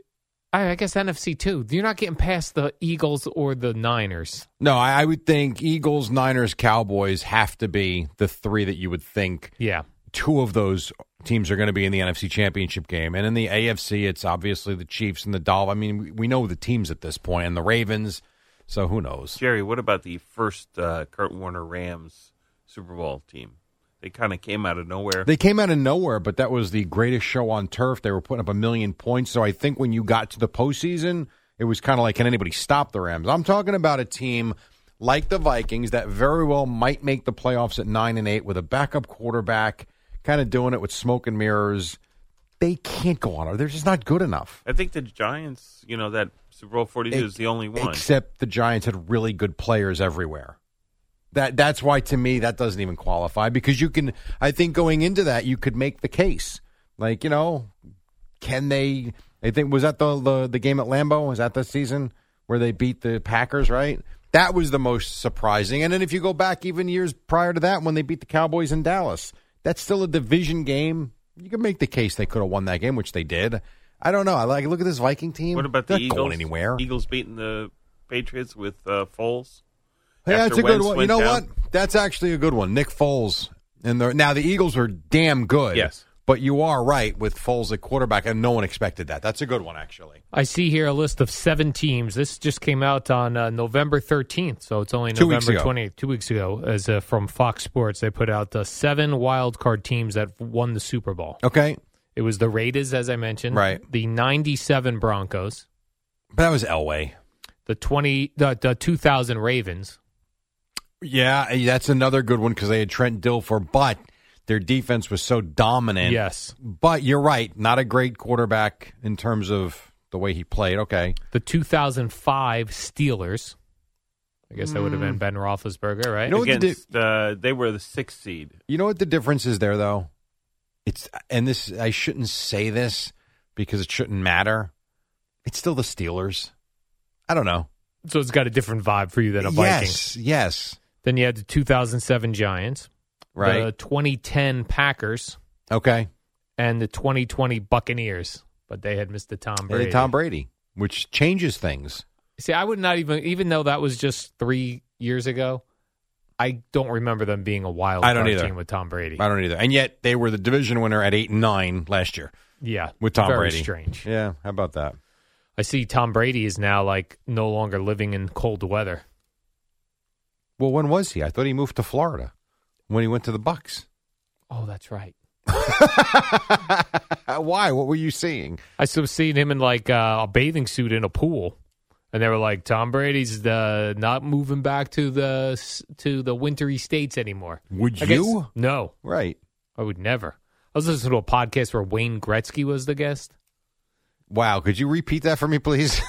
Speaker 2: I, I guess NFC too. You're not getting past the Eagles or the Niners.
Speaker 3: No, I, I would think Eagles, Niners, Cowboys have to be the three that you would think
Speaker 2: Yeah,
Speaker 3: two of those teams are going to be in the NFC Championship game. And in the AFC, it's obviously the Chiefs and the Dolphins. I mean, we, we know the teams at this point and the Ravens, so who knows?
Speaker 6: Jerry, what about the first uh, Kurt Warner Rams Super Bowl team? They kind of came out of nowhere.
Speaker 3: They came out of nowhere, but that was the greatest show on turf. They were putting up a million points. So I think when you got to the postseason, it was kind of like, can anybody stop the Rams? I'm talking about a team like the Vikings that very well might make the playoffs at nine and eight with a backup quarterback, kind of doing it with smoke and mirrors. They can't go on. They're just not good enough.
Speaker 6: I think the Giants, you know, that Super Bowl 42 is the only one.
Speaker 3: Except the Giants had really good players everywhere. That that's why to me that doesn't even qualify because you can I think going into that you could make the case. Like, you know, can they I think was that the the, the game at Lambeau? Was that the season where they beat the Packers, right? That was the most surprising. And then if you go back even years prior to that when they beat the Cowboys in Dallas, that's still a division game. You can make the case they could have won that game, which they did. I don't know. I like look at this Viking team.
Speaker 6: What about
Speaker 3: They're
Speaker 6: the
Speaker 3: not
Speaker 6: Eagles?
Speaker 3: going anywhere?
Speaker 6: Eagles beating the Patriots with uh, Foles.
Speaker 3: Hey,
Speaker 6: After
Speaker 3: that's a
Speaker 6: Wentz
Speaker 3: good one. You
Speaker 6: went
Speaker 3: know
Speaker 6: down.
Speaker 3: what? That's actually a good one. Nick Foles and the now the Eagles are damn good.
Speaker 6: Yes.
Speaker 3: but you are right with Foles at quarterback, and no one expected that. That's a good one actually.
Speaker 2: I see here a list of seven teams. This just came out on uh, November 13th, so it's only
Speaker 3: Two weeks
Speaker 2: November
Speaker 3: ago.
Speaker 2: 20th, two weeks ago, as uh, from Fox Sports. They put out the seven wild card teams that won the Super Bowl.
Speaker 3: Okay,
Speaker 2: It was the Raiders, as I mentioned,
Speaker 3: Right.
Speaker 2: The 97 Broncos,
Speaker 3: but that was Elway.
Speaker 2: the 20, the, the 2000 Ravens.
Speaker 3: Yeah, eh, that's another good one because they had Trent Dilfer, but their defense was so dominant.
Speaker 2: yes,
Speaker 3: But you're right, not a great quarterback in terms of the way he played. Okay,
Speaker 2: the 2005 Steelers. I guess that would have
Speaker 3: Mm.
Speaker 2: been Ben Roethlisberger, right?
Speaker 3: You know what the
Speaker 6: Against uh, they were the sixth seed.
Speaker 3: You know what the difference is there though? It's and this I shouldn't say this because it shouldn't matter. It's still the Steelers. I don't know.
Speaker 2: so it's got a different vibe for you than a Vikings.
Speaker 3: Yes, yes.
Speaker 2: Then you had the 2007 Giants. the
Speaker 3: Right.
Speaker 2: 2010 Packers
Speaker 3: okay.
Speaker 2: and the 2020 Buccaneers, but they had missed the Tom
Speaker 3: Brady.
Speaker 2: Brady.
Speaker 3: Tom Brady, which changes things.
Speaker 2: See, I would not even, even though that was just three years ago, I don't remember them being a wild
Speaker 3: I don't
Speaker 2: card
Speaker 3: either.
Speaker 2: team with Tom Brady.
Speaker 3: I don't either. And yet they were the division winner at 8 and 9 last year
Speaker 2: Yeah,
Speaker 3: with Tom
Speaker 2: very
Speaker 3: Brady.
Speaker 2: Strange.
Speaker 3: Yeah, how about that?
Speaker 2: I see Tom Brady is now like no longer living in cold weather.
Speaker 3: Well, when was he? I thought he moved to Florida when he went to the Bucks.
Speaker 2: Oh, that's right.
Speaker 3: Uh, Why? What were you seeing?
Speaker 2: I still seen him in like uh, a bathing suit in a pool, and they were like, "Tom Brady's the not moving back to the s- to the wintry states anymore."
Speaker 3: Would
Speaker 2: I guess-
Speaker 3: you?
Speaker 2: no,
Speaker 3: Right.
Speaker 2: I would never. I was listening to a podcast where Wayne Gretzky was the
Speaker 3: <laughs>
Speaker 2: guest.
Speaker 3: Wow, could you repeat that for me please?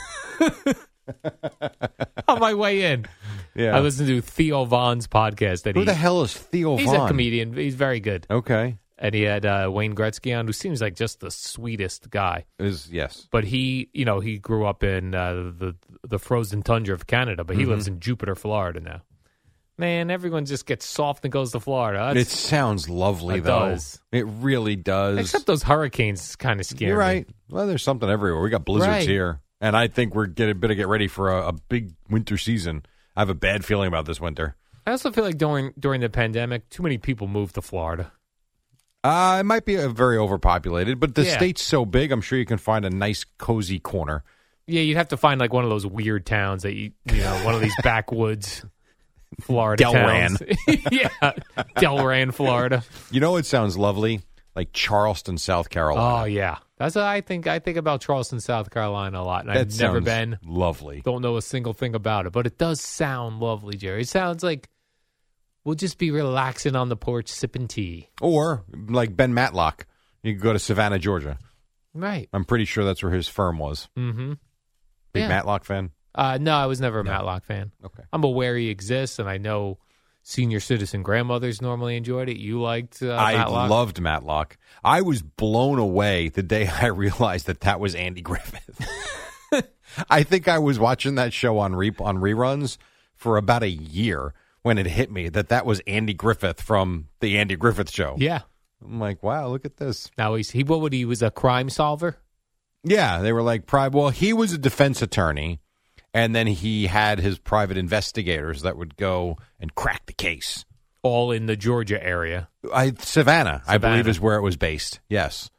Speaker 2: On my way in,
Speaker 3: <laughs> yeah.
Speaker 2: I listened to Theo Vaughn's podcast. That
Speaker 3: Who
Speaker 2: he,
Speaker 3: the hell is Theo
Speaker 2: He's
Speaker 3: Vaughn?
Speaker 2: a comedian. He's very good,
Speaker 3: Okay.
Speaker 2: and he had uh, Wayne Gretzky on, who seems like just the sweetest guy.
Speaker 3: Is yes.
Speaker 2: But he, you know, he grew up in uh, the the frozen tundra of Canada,
Speaker 3: Mm-hmm.
Speaker 2: but he lives in Jupiter, Florida now. Man, everyone just gets soft and goes to Florida.
Speaker 3: it
Speaker 2: That's-
Speaker 3: sounds lovely
Speaker 2: It
Speaker 3: though.
Speaker 2: does.
Speaker 3: It really does.
Speaker 2: except those hurricanes kind of scare
Speaker 3: You're
Speaker 2: me.
Speaker 3: right. Well, there's something everywhere. We got blizzards
Speaker 2: Right.
Speaker 3: here, and I think we're getting better get ready for a, a big winter season. I have a bad feeling about this winter.
Speaker 2: I also feel like during during the pandemic, too many people moved to Florida.
Speaker 3: Uh, it might be a very overpopulated, but the
Speaker 2: Yeah.
Speaker 3: state's so big, I'm sure you can find a nice, cozy corner.
Speaker 2: Yeah, you'd have to find like one of those weird towns that you you know one of
Speaker 3: <laughs>
Speaker 2: these backwoods Florida
Speaker 3: Delran.
Speaker 2: towns. <laughs> yeah, Delran, Florida.
Speaker 3: You know, it sounds lovely, like Charleston, South Carolina.
Speaker 2: Oh yeah, that's what I think. I think about Charleston, South Carolina a lot, and
Speaker 3: That
Speaker 2: Oh, I've never
Speaker 3: sounds
Speaker 2: been.
Speaker 3: lovely.
Speaker 2: Don't know a single thing about it, but it does sound lovely, Jerry. It sounds like we'll just be relaxing on the porch, sipping tea.
Speaker 3: Or like Ben Matlock, you can go to Savannah, Georgia.
Speaker 2: Right.
Speaker 3: I'm pretty sure that's where his firm was.
Speaker 2: Mm-hmm.
Speaker 3: Big
Speaker 2: Yeah.
Speaker 3: Matlock fan.
Speaker 2: Uh, no, I was never a Matlock fan.
Speaker 3: Okay.
Speaker 2: I'm aware he exists, and I know senior citizen grandmothers normally enjoyed it. You liked uh,
Speaker 3: I
Speaker 2: Matlock.
Speaker 3: loved Matlock. I was blown away the day <laughs> I realized that that was Andy <laughs> Griffith. I think I was watching that show on re- on reruns for about a year when it hit me that that was Andy Griffith from the Andy Griffith Show.
Speaker 2: Yeah.
Speaker 3: I'm like, wow, look at this.
Speaker 2: Now he's he what would he was a crime solver?
Speaker 3: Yeah, they were like private. Well, he was a defense attorney, and then he had his private investigators that would go and crack the case.
Speaker 2: All in the Georgia area.
Speaker 3: I Savannah, I believe
Speaker 2: Savannah.
Speaker 3: is where it was based. Yes.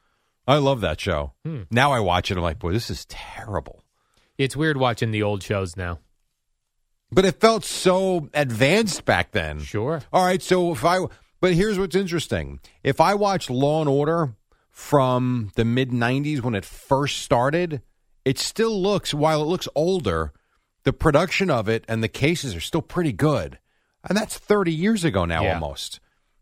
Speaker 3: I love that show. Now I watch it I'm like, boy, this is terrible.
Speaker 2: It's weird watching the old shows now.
Speaker 3: But it felt so advanced back then.
Speaker 2: Sure.
Speaker 3: All right, so if I but here's what's interesting. If I watch Law and Order from the mid 90s when it first started, it still looks while it looks older, the production of it and the cases are still pretty good. And that's 30 years ago now
Speaker 2: Yeah.
Speaker 3: almost.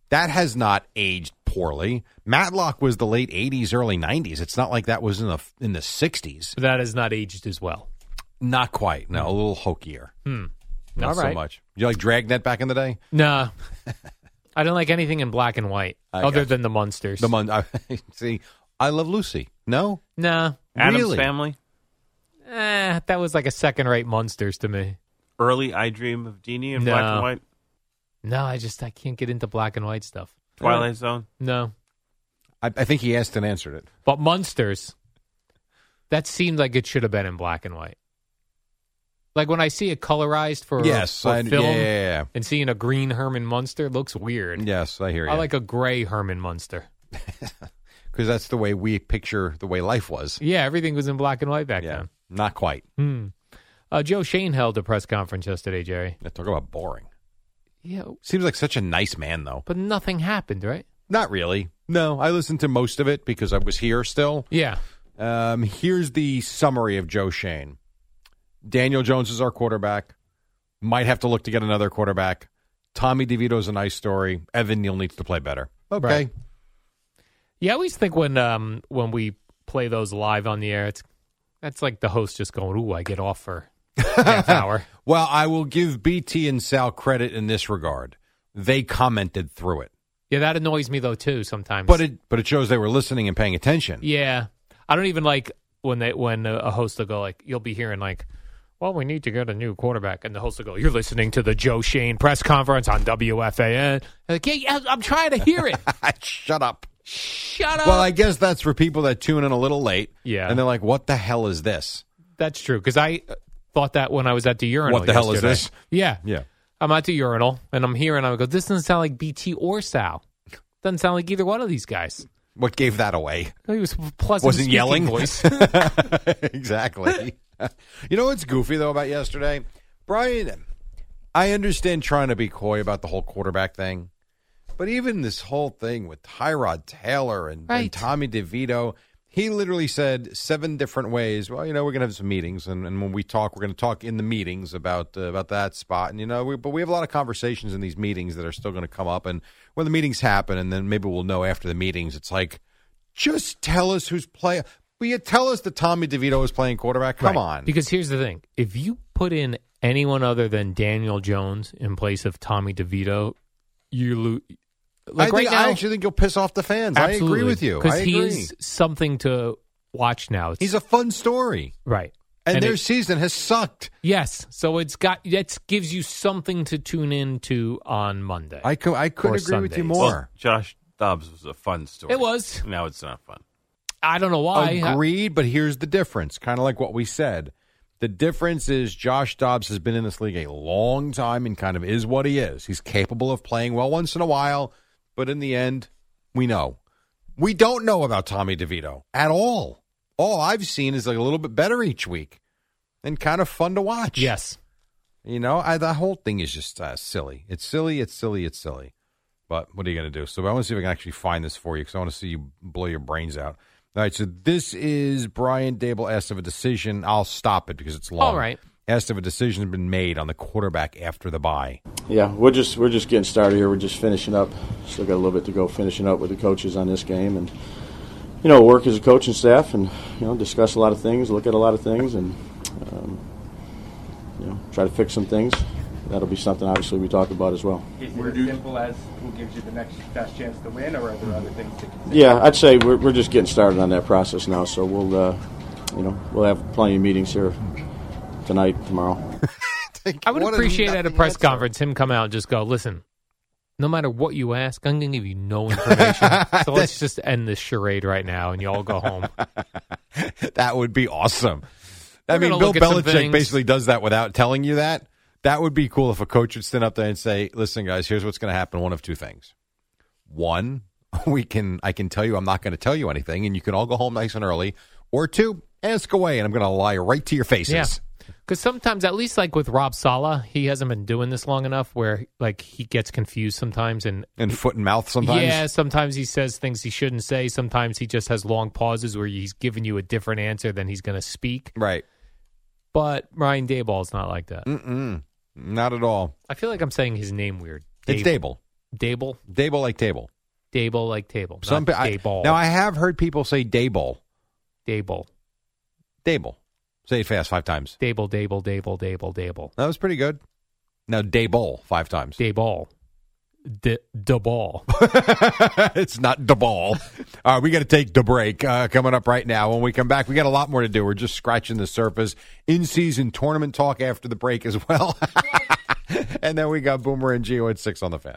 Speaker 3: That has not aged poorly. Matlock was the late 80s early 90s. It's not like that was in the in the 60s.
Speaker 2: But that has not aged as well.
Speaker 3: Not quite. No, a little hokier. Not
Speaker 2: Hmm. All
Speaker 3: so
Speaker 2: right.
Speaker 3: much. You like Dragnet back in the day? <laughs>
Speaker 2: Nah. I don't like anything in black and white
Speaker 3: I
Speaker 2: other
Speaker 3: gotcha.
Speaker 2: than the monsters.
Speaker 3: The mon- <laughs> I, see, I love Lucy. No,
Speaker 2: nah.
Speaker 6: Adam's
Speaker 3: Really?
Speaker 6: family.
Speaker 2: Eh, that was like a second rate monsters to me.
Speaker 6: Early I Dream of Jeannie in black
Speaker 2: No.
Speaker 6: and white.
Speaker 2: No, I just I can't get into black and white stuff.
Speaker 6: Twilight Zone.
Speaker 2: No.
Speaker 3: I, I think he asked and answered it.
Speaker 2: But monsters. That seemed like it should have been in black and white. Like when I see it colorized for
Speaker 3: Yes,
Speaker 2: for
Speaker 3: I-
Speaker 2: film,
Speaker 3: yeah, yeah, yeah.
Speaker 2: and seeing a green Herman Munster looks weird.
Speaker 3: Yes, I hear you.
Speaker 2: I like a gray Herman Munster.
Speaker 3: because that's the way we picture the way life was.
Speaker 2: Yeah, everything was in black and white back
Speaker 3: Yeah,
Speaker 2: then.
Speaker 3: not quite.
Speaker 2: Hmm. Uh, Joe Shane held a press conference yesterday, Jerry.
Speaker 3: Yeah, talk about boring.
Speaker 2: Yeah,
Speaker 3: Seems like such a nice man, though.
Speaker 2: but nothing happened, right?
Speaker 3: Not really. No, I listened to most of it because I was here still.
Speaker 2: Yeah.
Speaker 3: Um, here's the summary of Joe Shane. Daniel Jones is our quarterback. Might have to look to get another quarterback. Tommy DeVito's a nice story. Evan Neal needs to play better. Okay.
Speaker 2: Right. Yeah, I always think when um when we play those live on the air, it's that's like the host just going, "Ooh, I get off for
Speaker 3: <laughs>
Speaker 2: half hour."
Speaker 3: Well, I will give BT and Sal credit in this regard. They commented through it,
Speaker 2: Yeah, that annoys me though too sometimes.
Speaker 3: but it but it shows they were listening and paying attention.
Speaker 2: yeah, I don't even like when they when a a host will go like, "You'll be hearing like." Well, we need to get a new quarterback, and the host will go. You're listening to the Joe Shane press conference on WFAN. I'm Like, yeah, yeah, I'm trying to hear
Speaker 3: <laughs>
Speaker 2: it.
Speaker 3: <laughs> Shut up.
Speaker 2: Shut up.
Speaker 3: Well, I guess that's for people that tune in a little late.
Speaker 2: Yeah.
Speaker 3: And they're like, what the hell is this?
Speaker 2: That's true because I uh, thought that when I was at the urinal.
Speaker 3: What the hell is
Speaker 2: yesterday.
Speaker 3: this?
Speaker 2: Yeah,
Speaker 3: Yeah.
Speaker 2: I'm at the urinal and I'm here and I go, this doesn't sound like BT or Sal. Doesn't sound like either one of these guys.
Speaker 3: What gave that away?
Speaker 2: He was pleasant.
Speaker 3: Wasn't
Speaker 2: speaking <laughs>
Speaker 3: yelling? <laughs>
Speaker 2: voice.
Speaker 3: exactly. <laughs> you know what's goofy, though, about yesterday? Brian, I understand trying to be coy about the whole quarterback thing, but even this whole thing with Tyrod Taylor and, and
Speaker 2: Right.
Speaker 3: Tommy DeVito, he literally said seven different ways, well, you know, we're going to have some meetings, and, and when we talk, we're going to talk in the meetings about uh, about that spot. And, you know, we, but we have a lot of conversations in these meetings that are still going to come up. And when the meetings happen, and then maybe we'll know after the meetings, it's like, just tell us who's playing. Will you tell us that Tommy DeVito is playing quarterback? Come
Speaker 2: Right.
Speaker 3: on.
Speaker 2: Because here's the thing: if you put in anyone other than Daniel Jones in place of Tommy DeVito, you lose. Like
Speaker 3: I,
Speaker 2: right
Speaker 3: think,
Speaker 2: now,
Speaker 3: I actually think you'll piss off the fans. I agree with you. I
Speaker 2: because
Speaker 3: agree.
Speaker 2: he is something to watch now. It's,
Speaker 3: He's a fun story,
Speaker 2: right,
Speaker 3: and,
Speaker 2: And
Speaker 3: their
Speaker 2: it-
Speaker 3: season has sucked.
Speaker 2: yes. So it's got that gives you something to tune in to on Monday.
Speaker 3: I could I couldn't
Speaker 2: Or
Speaker 3: agree with you
Speaker 2: Sundays.
Speaker 3: more.
Speaker 6: Josh Dobbs was a fun story.
Speaker 2: It was.
Speaker 6: Now it's not fun.
Speaker 2: I don't know why.
Speaker 3: Agreed, but here's the difference. Kind of like what we said. The difference is Josh Dobbs has been in this league a long time and kind of is what he is. He's capable of playing well once in a while, but in the end, we know. We don't know about Tommy DeVito at all. All I've seen is like a little bit better each week and kind of fun to watch.
Speaker 2: Yes.
Speaker 3: You know, I, the whole thing is just uh, silly. It's silly. It's silly. It's silly. But what are you going to do? So I want to see if I can actually find this for you because I want to see you blow your brains out. All right. So this is Brian Dable asked if a decision. I'll stop it because it's long.
Speaker 2: All right.
Speaker 3: Asked if a decision has been made on the quarterback after the bye.
Speaker 7: Yeah, we're just we're just getting started here. We're just finishing up. Still got a little bit to go. Finishing up with the coaches on this game, and you know, work as a coaching staff, and you know, discuss a lot of things, look at a lot of things, and um, you know, try to fix some things. That'll be something obviously we talk about as well.
Speaker 8: Is it as simple as who gives you the next best chance to win, or are there other things to consider?
Speaker 7: Yeah, I'd say we're we're just getting started on that process now. So we'll uh, you know we'll have plenty of meetings here tonight, tomorrow.
Speaker 2: I would appreciate at a press conference him come out and just go, listen, no matter what you ask, I'm going to give you no information.
Speaker 3: <laughs>
Speaker 2: so let's just end this charade right now and you all go home.
Speaker 3: that would be awesome. I
Speaker 2: We're
Speaker 3: mean,
Speaker 2: gonna
Speaker 3: Bill
Speaker 2: look at some
Speaker 3: Belichick
Speaker 2: things.
Speaker 3: basically does that without telling you that. That would be cool if a coach would stand up there and say, "Listen, guys, here's what's going to happen. One of two things. One, <laughs> we can I can tell you I'm not going to tell you anything, and you can all go home nice and early. Or two, ask away, and I'm going to lie right to your faces.
Speaker 2: Yeah. Because sometimes, at least like with Rob Sala, he hasn't been doing this long enough where like he gets confused sometimes and
Speaker 3: And foot and mouth sometimes.
Speaker 2: Yeah, sometimes he says things he shouldn't say. Sometimes he just has long pauses where he's giving you a different answer than he's going to speak.
Speaker 3: Right.
Speaker 2: But Ryan Dayball's not like
Speaker 3: Mm.
Speaker 2: that.
Speaker 3: Mm-mm. Not at all.
Speaker 2: I feel like I'm saying his name weird.
Speaker 3: It's Dable.
Speaker 2: Dable.
Speaker 3: Dable like table.
Speaker 2: Dable like table.
Speaker 3: Some
Speaker 2: not
Speaker 3: pe- I,
Speaker 2: Dayball.
Speaker 3: now I have heard people say Dable.
Speaker 2: Dable.
Speaker 3: Dable. Say it fast five times.
Speaker 2: Dable, Dable, Dable, Dable, Dable.
Speaker 3: That was pretty good. Now Dable five times.
Speaker 2: Dable. D- <laughs> Dable.
Speaker 3: <laughs> it's not the ball. All right, we got to take the break uh, coming up right now. When we come back, we got a lot more to do. We're just scratching the surface. In season tournament talk after the break as well. <laughs> and then we got Boomer and Geo at six on the fan.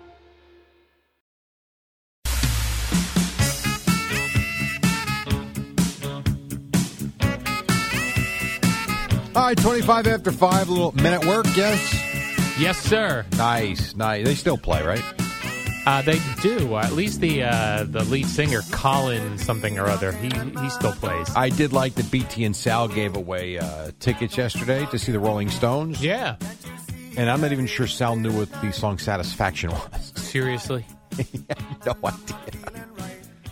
Speaker 3: All right, 25 after 5, a little minute work, yes?
Speaker 2: Yes, sir.
Speaker 3: Nice, nice. They still play, right?
Speaker 2: Uh, they do. At least the uh, the lead singer, Colin something or other, he he still plays.
Speaker 3: I did like that BT and Sal gave away uh, tickets yesterday to see the Rolling Stones.
Speaker 2: Yeah.
Speaker 3: And I'm not even sure Sal knew what the song Satisfaction <laughs> was.
Speaker 2: Seriously?
Speaker 3: <laughs> no idea.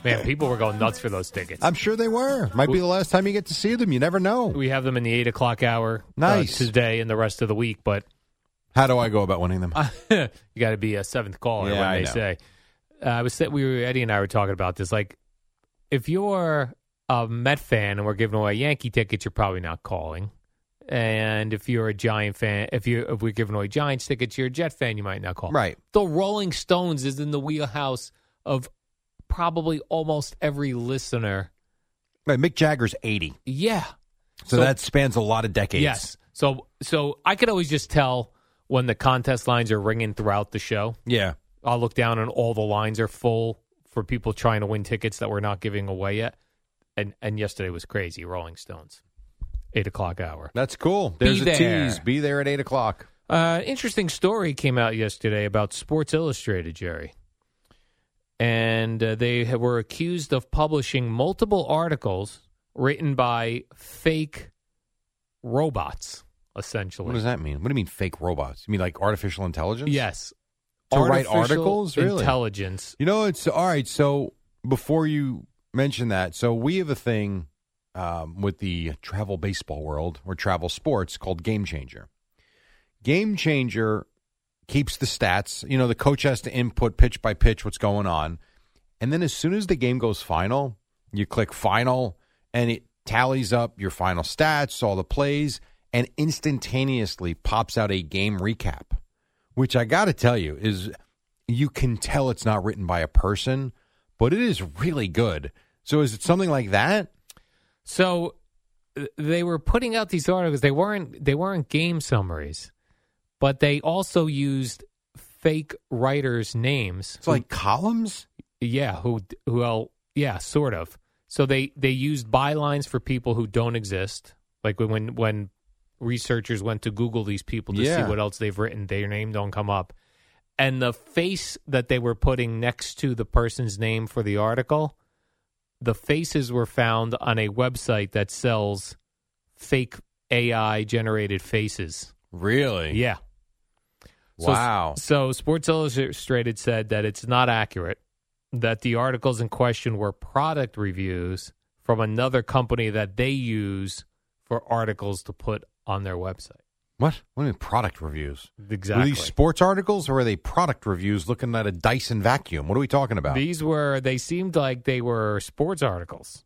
Speaker 2: Man, people were going nuts for those tickets.
Speaker 3: I'm sure they were. Might be the last time you get to see them. You never know.
Speaker 2: We have them in the eight o'clock hour. uh,
Speaker 3: Nice.
Speaker 2: today and the rest of the week, but
Speaker 3: How do I go about winning them?
Speaker 2: <laughs> you got to be a seventh caller
Speaker 3: Yeah,
Speaker 2: when
Speaker 3: I
Speaker 2: they
Speaker 3: know.
Speaker 2: say. Uh, I was sa- we were Eddie and I were talking about this. Like, if you're a Met fan and we're giving away Yankee tickets, you're probably not calling. And if you're a Giant fan, if you if we're giving away Giants tickets, you're a Jet fan, you might not call.
Speaker 3: Right.
Speaker 2: The Rolling Stones is in the wheelhouse of probably almost every listener.
Speaker 3: Right, Mick Jagger's 80.
Speaker 2: Yeah.
Speaker 3: So, that spans a lot of decades.
Speaker 2: Yes. So so I could always just tell when the contest lines are ringing throughout the show.
Speaker 3: Yeah.
Speaker 2: I'll look down and all the lines are full for people trying to win tickets that we're not giving away yet. And and yesterday was crazy. Rolling Stones, eight o'clock hour.
Speaker 3: That's cool. There's
Speaker 2: Be
Speaker 3: a
Speaker 2: there.
Speaker 3: tease. Be there at 8 o'clock.
Speaker 2: Uh, interesting story came out yesterday about Sports Illustrated, Jerry. And uh, they ha- were accused of publishing multiple articles written by fake robots, essentially.
Speaker 3: What does that mean? What do you mean fake robots? You mean like artificial intelligence?
Speaker 2: Yes.
Speaker 3: To write
Speaker 2: Artificial
Speaker 3: articles? Really?
Speaker 2: Intelligence.
Speaker 3: You know, it's all right. So before you mention that, so we have a thing um, with the travel baseball world or travel sports called Game Changer. Game Changer keeps the stats. You know, the coach has to input pitch by pitch what's going on. And then as soon as the game goes final, you click final and it tallies up your final stats, all the plays, and instantaneously pops out a game recap, which I got to tell you is you can tell it's not written by a person, but it is really good. So is it something like that?
Speaker 2: So uh, they were putting out these articles. They weren't they weren't game summaries, but they also used fake writers' names. It's
Speaker 3: like columns.
Speaker 2: Yeah. Who? who- Well. Yeah. Sort of. So they they used bylines for people who don't exist. Like when- when when researchers went to Google these people to
Speaker 3: Yeah.
Speaker 2: see what else they've written, their name don't come up. And the face that they were putting next to the person's name for the article the faces were found on a website that sells fake AI generated faces.
Speaker 3: Really?
Speaker 2: Yeah. So-
Speaker 3: Wow.
Speaker 2: So, Sports Illustrated said that it's not accurate, that the articles in question were product reviews from another company that they use for articles to put on their website.
Speaker 3: What? What do you mean product reviews? Were
Speaker 2: Exactly.
Speaker 3: these sports articles or are they product reviews looking at a Dyson vacuum? What are we talking about?
Speaker 2: These were, they seemed like they were sports articles.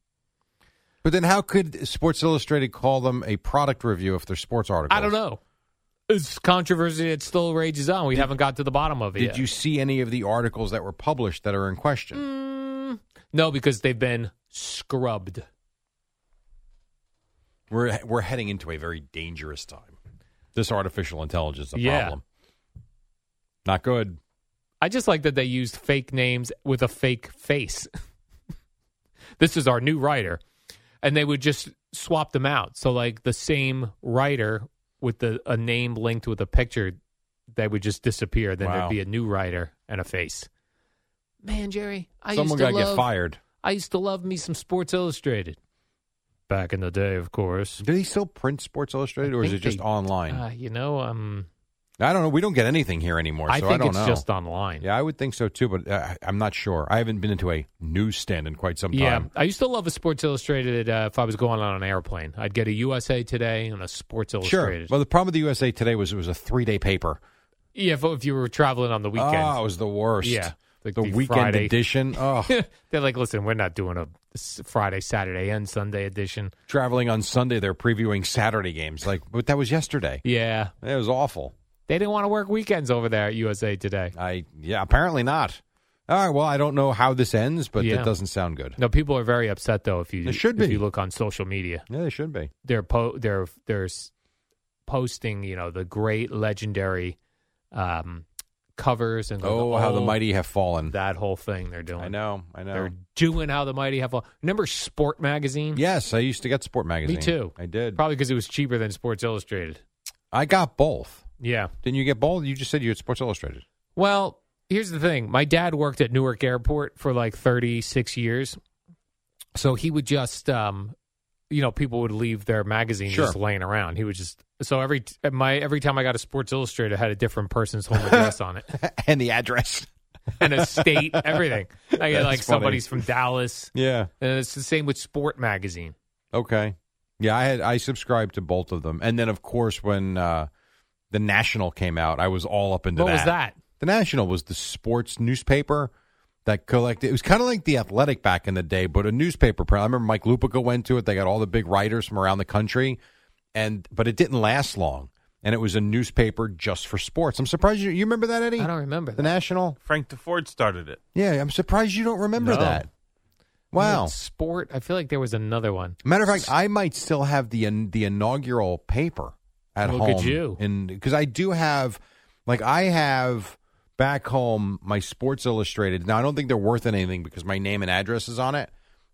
Speaker 3: but then how could Sports Illustrated call them a product review if they're sports articles?
Speaker 2: I don't know. It's controversy that still rages on. We haven't got to the bottom of it
Speaker 3: Did
Speaker 2: yet.
Speaker 3: you see any of the articles that were published that are in question?
Speaker 2: Mm. No, because they've been scrubbed.
Speaker 3: We're we're heading into a very dangerous time. This artificial intelligence is a
Speaker 2: Yeah.
Speaker 3: problem. Not good.
Speaker 2: I just like that they used fake names with a fake face. <laughs> this is our new writer. And they would just swap them out. So like the same writer with the a name linked with a picture that would just disappear. Then
Speaker 3: Wow.
Speaker 2: there'd be a new writer and a face. Man, Jerry, I
Speaker 3: Someone
Speaker 2: used to
Speaker 3: gotta get
Speaker 2: love-
Speaker 3: fired.
Speaker 2: I used to love me some Sports Illustrated. Back in the day, of course.
Speaker 3: Do they still print Sports Illustrated, or is it
Speaker 2: think
Speaker 3: just
Speaker 2: they-
Speaker 3: online?
Speaker 2: Uh, you know, um,
Speaker 3: I don't know. We don't get anything here anymore.
Speaker 2: I
Speaker 3: so
Speaker 2: think
Speaker 3: I don't
Speaker 2: it's
Speaker 3: know.
Speaker 2: just online.
Speaker 3: Yeah, I would think so too, but uh, I'm not sure. I haven't been into a newsstand in quite some
Speaker 2: Yeah,
Speaker 3: time.
Speaker 2: I used to love a Sports Illustrated. Uh, if I was going on an airplane, I'd get a USA Today and a Sports
Speaker 3: sure.
Speaker 2: Illustrated.
Speaker 3: Well, the problem with the USA Today was it was a three day paper.
Speaker 2: yeah, if, if you were traveling on the weekend,
Speaker 3: Oh, it was the worst.
Speaker 2: Yeah. Like
Speaker 3: the, weekend
Speaker 2: Friday- <laughs>
Speaker 3: edition. Oh,
Speaker 2: They're like, listen, we're not doing a s- Friday, Saturday, and Sunday edition.
Speaker 3: traveling on Sunday, they're previewing Saturday games. Like, but that was yesterday.
Speaker 2: Yeah,
Speaker 3: it was awful.
Speaker 2: They didn't want to work weekends over there at USA Today.
Speaker 3: I yeah, apparently not. All right, well, I don't know how this ends, but
Speaker 2: Yeah.
Speaker 3: it doesn't sound good.
Speaker 2: No, people are very upset though. If you
Speaker 3: They should
Speaker 2: if
Speaker 3: be.
Speaker 2: you look on social media,
Speaker 3: Yeah, they should be.
Speaker 2: they're po- they're they're s- posting you know the great legendary um, covers and
Speaker 3: Oh, how the
Speaker 2: old-
Speaker 3: mighty have fallen.
Speaker 2: That whole thing they're doing.
Speaker 3: I know, I know.
Speaker 2: They're doing how the mighty have fallen. Remember Sport Magazine?
Speaker 3: Yes, I used to get Sport magazine.
Speaker 2: Me too.
Speaker 3: I did.
Speaker 2: Probably because it was cheaper than Sports Illustrated.
Speaker 3: I got both.
Speaker 2: Yeah.
Speaker 3: Didn't you get both? You just said you had
Speaker 2: <laughs>
Speaker 3: Sports Illustrated.
Speaker 2: Well, here's the thing. My dad worked at Newark Airport for like 36 years. So he would just, um, you know, people would leave their magazine
Speaker 3: Sure.
Speaker 2: just laying around. He would just so every t- my every time I got a Sports Illustrated, it had a different person's home address on it
Speaker 3: and the address
Speaker 2: and a
Speaker 3: <laughs>
Speaker 2: state, everything. I get
Speaker 3: That's
Speaker 2: like
Speaker 3: funny.
Speaker 2: somebody's from Dallas,
Speaker 3: Yeah.
Speaker 2: and it's the same with Sport Magazine.
Speaker 3: Okay. Yeah, I had I subscribed to both of them, and then of course when uh, the National came out, I was all up into
Speaker 2: What
Speaker 3: that.
Speaker 2: was that?
Speaker 3: The National was the sports newspaper that collected. It was kind of like the Athletic back in the day, but a newspaper. print. I remember Mike Lupica went to it. They got all the big writers from around the country, and but it didn't last long. And it was a newspaper just for sports. I'm surprised you you remember that, Eddie.
Speaker 2: I don't remember
Speaker 3: the National.
Speaker 6: Frank DeFord started it.
Speaker 3: Yeah, I'm surprised you don't remember
Speaker 2: No.
Speaker 3: that. Wow.
Speaker 2: Sport. I feel like there was another one.
Speaker 3: Matter of fact, I might still have the in, the inaugural paper at
Speaker 2: Look
Speaker 3: home.
Speaker 2: at you.
Speaker 3: because I do have, like, I have back home my Sports Illustrated. Now I don't think they're worth anything because my name and address is on it,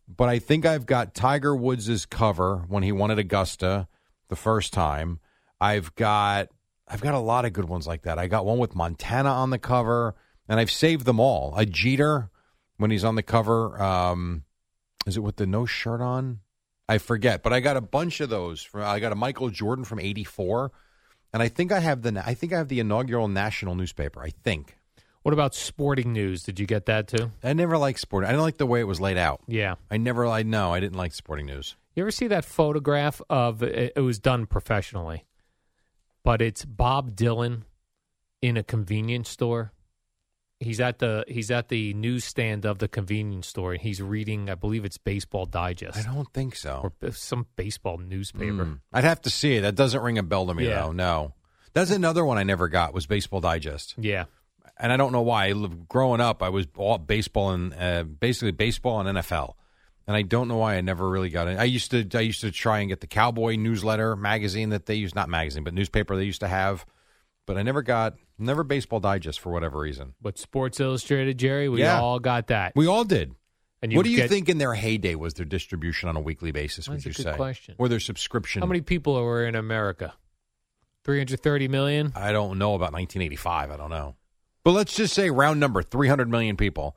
Speaker 3: but I think I've got Tiger Woods' cover when he won at Augusta the first time. I've got I've got a lot of good ones like that. I got one with Montana on the cover, and I've saved them all. A Jeter when he's on the cover. Um, is it with the no shirt on? I forget, but I got a bunch of those. From I got a Michael Jordan from '84, and I think I have the I think I have the inaugural national newspaper. I think
Speaker 2: What about sporting news? Did you get that too?
Speaker 3: I never liked sporting. I didn't like the way it was laid out.
Speaker 2: Yeah.
Speaker 3: I never. I no, I didn't like sporting news.
Speaker 2: You ever see that photograph of it, it was done professionally, but it's Bob Dylan in a convenience store. He's at the he's at the newsstand of the convenience store and he's reading, I believe it's Baseball Digest
Speaker 3: I don't think so.
Speaker 2: or b- some baseball newspaper.
Speaker 3: Mm. I'd have to see it. That doesn't ring a bell to me
Speaker 2: Yeah.
Speaker 3: though. No, that's another one I never got was Baseball Digest.
Speaker 2: Yeah,
Speaker 3: and I don't know why. I live- Growing up, I was all baseball and uh, basically baseball and NFL, and I don't know why I never really got it. I used to I used to try and get the Cowboy newsletter magazine that they used, not magazine, but newspaper they used to have, but I never got never Baseball Digest for whatever reason.
Speaker 2: but Sports Illustrated, Jerry, we
Speaker 3: Yeah.
Speaker 2: all got that.
Speaker 3: We all did.
Speaker 2: And
Speaker 3: what do you
Speaker 2: get-
Speaker 3: think in their heyday was their distribution on a weekly basis?
Speaker 2: That's
Speaker 3: would you
Speaker 2: a good
Speaker 3: say?
Speaker 2: question.
Speaker 3: Or their subscription?
Speaker 2: How many people were in America? Three hundred thirty million.
Speaker 3: I don't know about 1985. I don't know. But let's just say round number 300 million people.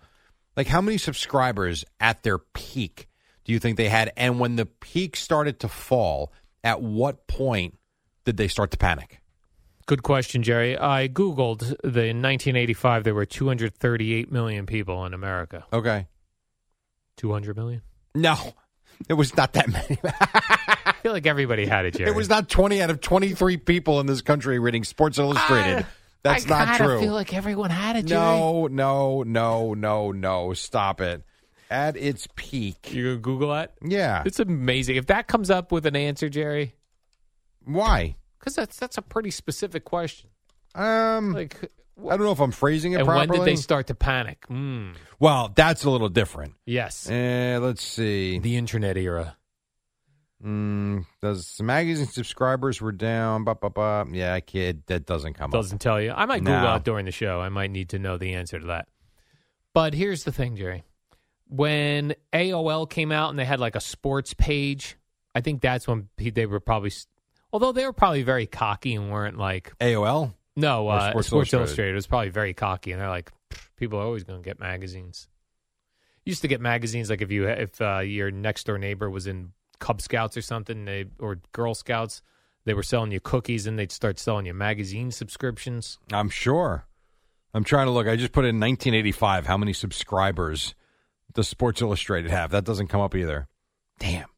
Speaker 3: Like, how many subscribers at their peak do you think they had? And when the peak started to fall, at what point did they start to panic?
Speaker 2: Good question, Jerry. I googled the in 1985 there were 238 million people in America.
Speaker 3: Okay.
Speaker 2: 200 million?
Speaker 3: No, <laughs> it was not that many. <laughs>
Speaker 2: I feel like everybody had it, Jerry.
Speaker 3: It was not 20 out of 23 people in this country reading Sports Illustrated. That's not true.
Speaker 2: like everyone had it,
Speaker 3: no, no, no, no, no. Stop it. At its peak.
Speaker 2: You gonna Google that?
Speaker 3: Yeah.
Speaker 2: It's amazing. If that comes up with an answer, Jerry,
Speaker 3: Why?
Speaker 2: because that's that's a pretty specific question.
Speaker 3: Um,
Speaker 2: Like,
Speaker 3: I don't know if I'm phrasing it
Speaker 2: and
Speaker 3: properly.
Speaker 2: when did they start to panic? Mm.
Speaker 3: Well, that's a little different.
Speaker 2: Yes,
Speaker 3: Uh, let's see.
Speaker 2: the internet era.
Speaker 3: Mm, does the magazine subscribers were down? Ba ba ba. Yeah, kid, that doesn't come
Speaker 2: Doesn't tell you. I might
Speaker 3: No.
Speaker 2: Google out during the show. I might need to know the answer to that. But here's the thing, Jerry. When AOL came out and they had like a sports page, I think that's when pe- they were probably, s- although they were probably very cocky and weren't like,
Speaker 3: up. AOL.
Speaker 2: no,
Speaker 3: Or
Speaker 2: uh,
Speaker 3: Sports
Speaker 2: Sports,
Speaker 3: Illustrated.
Speaker 2: Illustrated. was probably very cocky, and they're like, "Pff, people are always going to get magazines. Used to get magazines like if you if uh, your next door neighbor was in Cub Scouts or something, they or Girl Scouts, they were selling you cookies, and they'd start selling you magazine subscriptions.
Speaker 3: I'm sure. I'm trying to look. I just put in 1985. How many subscribers does Sports Illustrated have? That doesn't come up either. Damn.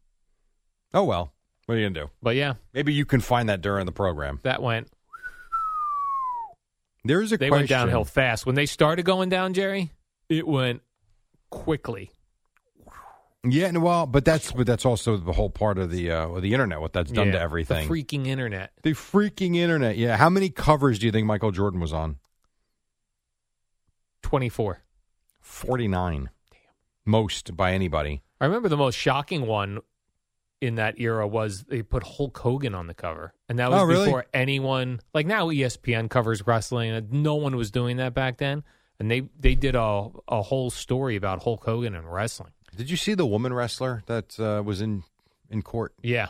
Speaker 3: Oh well. What are you gonna do?
Speaker 2: But yeah,
Speaker 3: Maybe you can find that during the program.
Speaker 2: that went.
Speaker 3: There's a
Speaker 2: They
Speaker 3: question.
Speaker 2: went downhill fast when they started going down, Jerry. it went quickly.
Speaker 3: Yeah, and well, but that's but that's also the whole part of the uh, the internet. What that's done
Speaker 2: Yeah,
Speaker 3: to everything.
Speaker 2: The freaking internet.
Speaker 3: The freaking internet. Yeah. How many covers do you think Michael Jordan was on?
Speaker 2: 24.
Speaker 3: 49. Damn. Most by anybody.
Speaker 2: I remember the most shocking one in that era was they put Hulk Hogan on the cover. And that was
Speaker 3: Oh, really?
Speaker 2: before anyone like now E ESPN covers wrestling. and No one was doing that back then. And they, they did a a whole story about Hulk Hogan and wrestling.
Speaker 3: Did you see the woman wrestler that uh, was in in court?
Speaker 2: Yeah.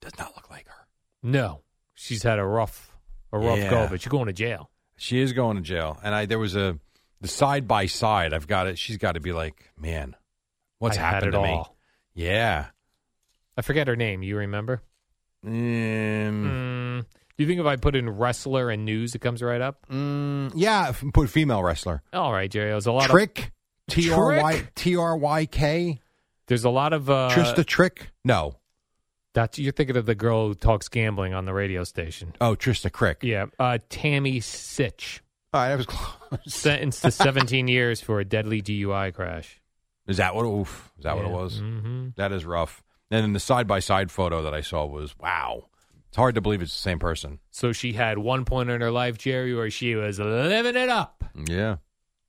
Speaker 3: Does not look like her.
Speaker 2: No. She's had a rough a rough go
Speaker 3: Yeah.
Speaker 2: of it. She's going to jail.
Speaker 3: She is going to jail, and I there was a the side by side. I've got it. She's got to be like, man, what's
Speaker 2: I had
Speaker 3: happened
Speaker 2: it
Speaker 3: to me?
Speaker 2: all.
Speaker 3: Yeah.
Speaker 2: I forget her name. You remember?
Speaker 3: Mm,
Speaker 2: Mm. Do you think if I put in wrestler and news, it comes right up?
Speaker 3: mm, yeah. f- Put female wrestler.
Speaker 2: All right, Jerry. There's a lot
Speaker 3: Trick.
Speaker 2: of
Speaker 3: T R Y T R Y K.
Speaker 2: There's a lot of uh,
Speaker 3: Just a trick. No.
Speaker 2: That's you're thinking of the girl who talks gambling on the radio station.
Speaker 3: Oh, Trista Crick.
Speaker 2: Yeah, uh, Tammy Sitch
Speaker 3: All right, that was <laughs> close.
Speaker 2: sentenced to
Speaker 3: <laughs>
Speaker 2: 17 years for a deadly DUI crash.
Speaker 3: Is that what? Oof, is that what it
Speaker 2: Yeah.
Speaker 3: was?
Speaker 2: Mhm.
Speaker 3: That is rough. And then the side by side photo that I saw was wow. It's hard to believe it's the same person.
Speaker 2: So she had one point in her life, Jerry, where she was living it up,
Speaker 3: Yeah.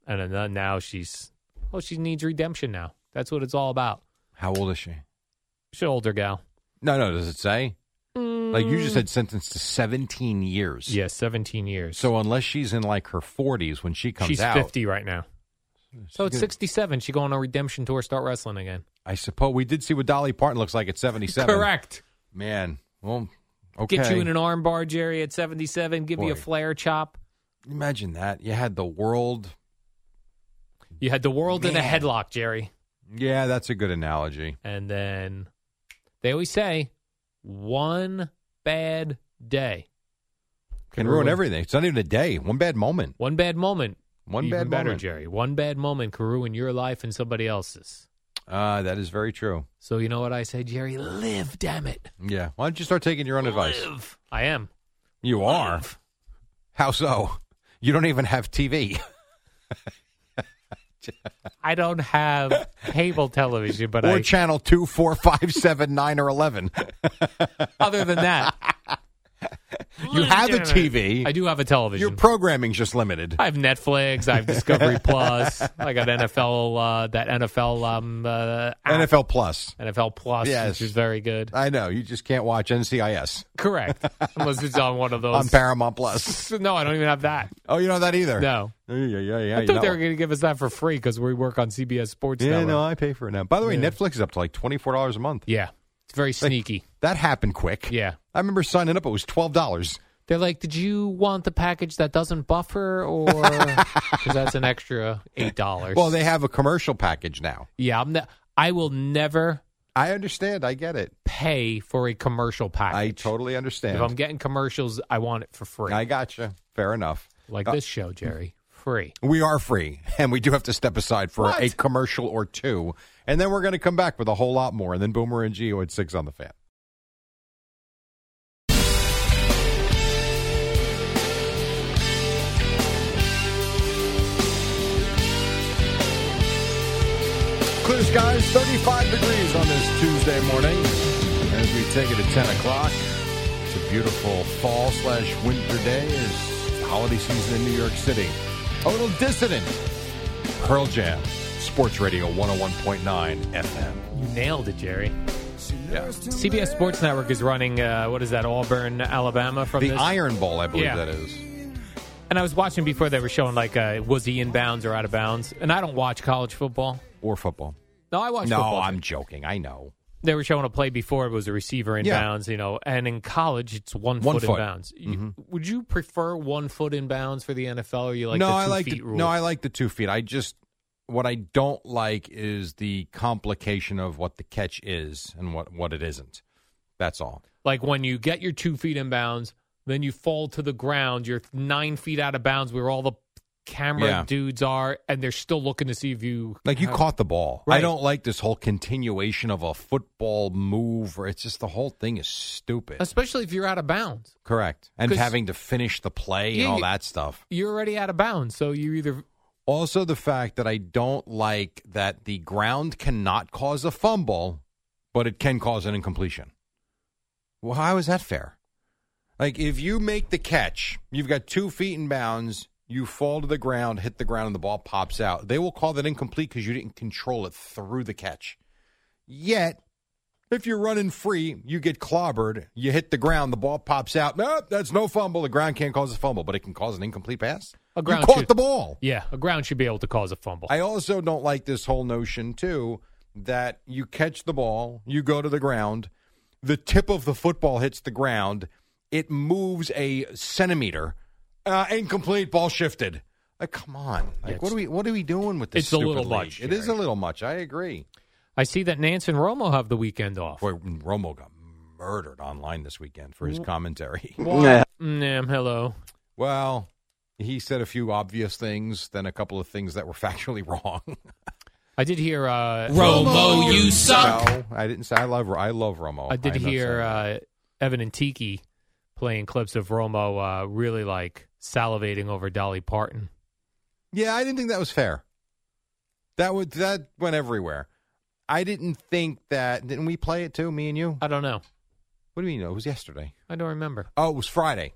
Speaker 2: and then now she's oh, she needs redemption now. That's what it's all about.
Speaker 3: How old is she?
Speaker 2: She's an older gal.
Speaker 3: No, no. Does it say? Like you just said, sentenced to seventeen years.
Speaker 2: Mm. Yeah, 17 years.
Speaker 3: So unless she's in like her forties when she comes
Speaker 2: she's
Speaker 3: out,
Speaker 2: 50 right now. So it's
Speaker 3: gonna-
Speaker 2: 67. She going on a redemption tour, start wrestling again.
Speaker 3: I suppose we did see what Dolly Parton looks like at seventy-seven.
Speaker 2: Correct.
Speaker 3: Man. Well. Okay.
Speaker 2: Get you in an arm bar, Jerry, at 77. Give you a
Speaker 3: Boy.
Speaker 2: flare chop.
Speaker 3: Imagine that. You had the world.
Speaker 2: You had the world in a
Speaker 3: Man.
Speaker 2: headlock, Jerry.
Speaker 3: Yeah, that's a good analogy.
Speaker 2: And then they always say one bad day,
Speaker 3: Can ruin everything. It's not even a day. One bad moment.
Speaker 2: one bad moment.
Speaker 3: One
Speaker 2: even
Speaker 3: bad
Speaker 2: better,
Speaker 3: moment.
Speaker 2: Jerry. One bad moment can ruin your life and somebody else's.
Speaker 3: Uh, that is very true.
Speaker 2: So you know what I say, Jerry? Live, damn it.
Speaker 3: Yeah. Why don't you start taking your own advice?
Speaker 2: Live. I am.
Speaker 3: You are. How so? You don't even have TV.
Speaker 2: I don't
Speaker 3: <laughs>
Speaker 2: have cable television, but
Speaker 3: or
Speaker 2: I,
Speaker 3: channel two, four, five, seven, nine, or 11.
Speaker 2: <laughs> other than that,
Speaker 3: You
Speaker 2: live,
Speaker 3: have a
Speaker 2: damn it.
Speaker 3: TV.
Speaker 2: I do have a television.
Speaker 3: Your programming's just limited.
Speaker 2: I have Netflix. I have
Speaker 3: <laughs>
Speaker 2: Discovery Plus. I got NFL. Uh, that NFL. Um, uh, app,
Speaker 3: NFL Plus.
Speaker 2: NFL Plus,
Speaker 3: Yes.
Speaker 2: which is very good.
Speaker 3: I know. You just can't watch NCIS
Speaker 2: Correct, unless it's on
Speaker 3: <laughs>
Speaker 2: one of those.
Speaker 3: on
Speaker 2: <laughs>
Speaker 3: Paramount Plus.
Speaker 2: no, I don't even have that.
Speaker 3: Oh, you know that either?
Speaker 2: No,
Speaker 3: Yeah, yeah, yeah. yeah,
Speaker 2: I
Speaker 3: you
Speaker 2: thought they
Speaker 3: know.
Speaker 2: were going to give us that for free because we work on CBS Sports.
Speaker 3: Yeah,
Speaker 2: Network.
Speaker 3: no, I pay for it now. By the way,
Speaker 2: Yeah.
Speaker 3: Netflix is up to like $24 a month.
Speaker 2: yeah, it's very sneaky.
Speaker 3: That happened quick.
Speaker 2: yeah,
Speaker 3: I remember signing up. It was $12.
Speaker 2: they're like, did you want the package that doesn't buffer,
Speaker 3: <laughs>
Speaker 2: or because that's an extra eight dollars?
Speaker 3: Well, they have a commercial package now.
Speaker 2: yeah, I'm. Ne- I will never
Speaker 3: I understand. I get it.
Speaker 2: pay for a commercial package.
Speaker 3: I totally understand.
Speaker 2: If I'm getting commercials, I want it for free.
Speaker 3: I gotcha. Fair enough.
Speaker 2: like
Speaker 3: Uh,
Speaker 2: this show, Jerry. Free.
Speaker 3: We are free, <laughs> and we do have to step aside for a commercial or two, and then we're going to come back with a whole lot more. And then Boomer and Geo at six on the fan. Clear skies, 35 degrees on this Tuesday morning. As we take it at 10 o'clock, it's a beautiful fall slash winter day as holiday season in New York City. A little dissident. Pearl Jam, Sports Radio 101.9 FM.
Speaker 2: You nailed it, Jerry.
Speaker 3: Yeah.
Speaker 2: CBS Sports Network is running, uh, what is that, Auburn, Alabama from
Speaker 3: The
Speaker 2: this?
Speaker 3: Iron Bowl, I believe
Speaker 2: Yeah.
Speaker 3: that is.
Speaker 2: and I was watching before they were showing, like, uh, was he in bounds or out of bounds? And I don't watch college football.
Speaker 3: Or football.
Speaker 2: No, I watch
Speaker 3: no,
Speaker 2: Oh, football.
Speaker 3: I'm joking. I know.
Speaker 2: They were showing a play before it was a receiver in
Speaker 3: Yeah.
Speaker 2: bounds, you know, and in college, it's one,
Speaker 3: One
Speaker 2: foot,
Speaker 3: foot. Mm-hmm.
Speaker 2: in bounds. You- would you prefer one foot in bounds for the NFL or you like
Speaker 3: no,
Speaker 2: the two
Speaker 3: I like
Speaker 2: feet
Speaker 3: the,
Speaker 2: rule?
Speaker 3: no, I like the two feet. I just what I don't like is the complication of what the catch is and what what it isn't. That's all.
Speaker 2: like when you get your two feet in bounds, then you fall to the ground. You're nine feet out of bounds where all the camera
Speaker 3: Yeah.
Speaker 2: dudes are, and they're still looking to see if you
Speaker 3: Like you caught the ball. I
Speaker 2: Right.
Speaker 3: don't like this whole continuation of a football move. Or it's just the whole thing is stupid.
Speaker 2: especially if you're out of bounds.
Speaker 3: Correct. And
Speaker 2: 'Cause-
Speaker 3: having to finish the play
Speaker 2: Yeah,
Speaker 3: and all
Speaker 2: you-
Speaker 3: that stuff.
Speaker 2: You're already out of bounds, so you either
Speaker 3: Also, the fact that I don't like that the ground cannot cause a fumble, but it can cause an incompletion. Well, how is that fair? Like, if you make the catch, you've got two feet in bounds, you fall to the ground, hit the ground, and the ball pops out. They will call that incomplete because you didn't control it through the catch. Yet, if you're running free, you get clobbered, you hit the ground, the ball pops out. Nope, that's no fumble. The ground can't cause a fumble, but it can cause an incomplete pass.
Speaker 2: A ground
Speaker 3: you caught
Speaker 2: should-
Speaker 3: the ball.
Speaker 2: Yeah, a ground should be able to cause a fumble.
Speaker 3: I also don't like this whole notion too that you catch the ball, you go to the ground, the tip of the football hits the ground, it moves a centimeter, uh, incomplete, ball shifted. Like, come on, like, what are we what are we doing with this?
Speaker 2: it's a
Speaker 3: stupid
Speaker 2: little
Speaker 3: league?
Speaker 2: much,
Speaker 3: It is a little much. I agree.
Speaker 2: I see that Nance and Romo have the weekend off.
Speaker 3: Boy, Romo got murdered online this weekend for his
Speaker 2: Wh-
Speaker 3: commentary. <laughs>
Speaker 2: Nah. hello.
Speaker 3: Well, he said a few obvious things, then a couple of things that were <laughs> factually wrong.
Speaker 2: I did hear uh,
Speaker 3: Romo, you suck. No, I didn't say I love. I love Romo.
Speaker 2: I did
Speaker 3: I'm not
Speaker 2: hear
Speaker 3: saying-
Speaker 2: uh, Evan and Tiki playing clips of Romo uh, really like salivating over Dolly Parton.
Speaker 3: Yeah, I didn't think that was fair. That would that went everywhere. I didn't think that. Didn't we play it too? Me and you.
Speaker 2: I don't know.
Speaker 3: What do you know? It was yesterday.
Speaker 2: I don't remember.
Speaker 3: Oh, it was Friday.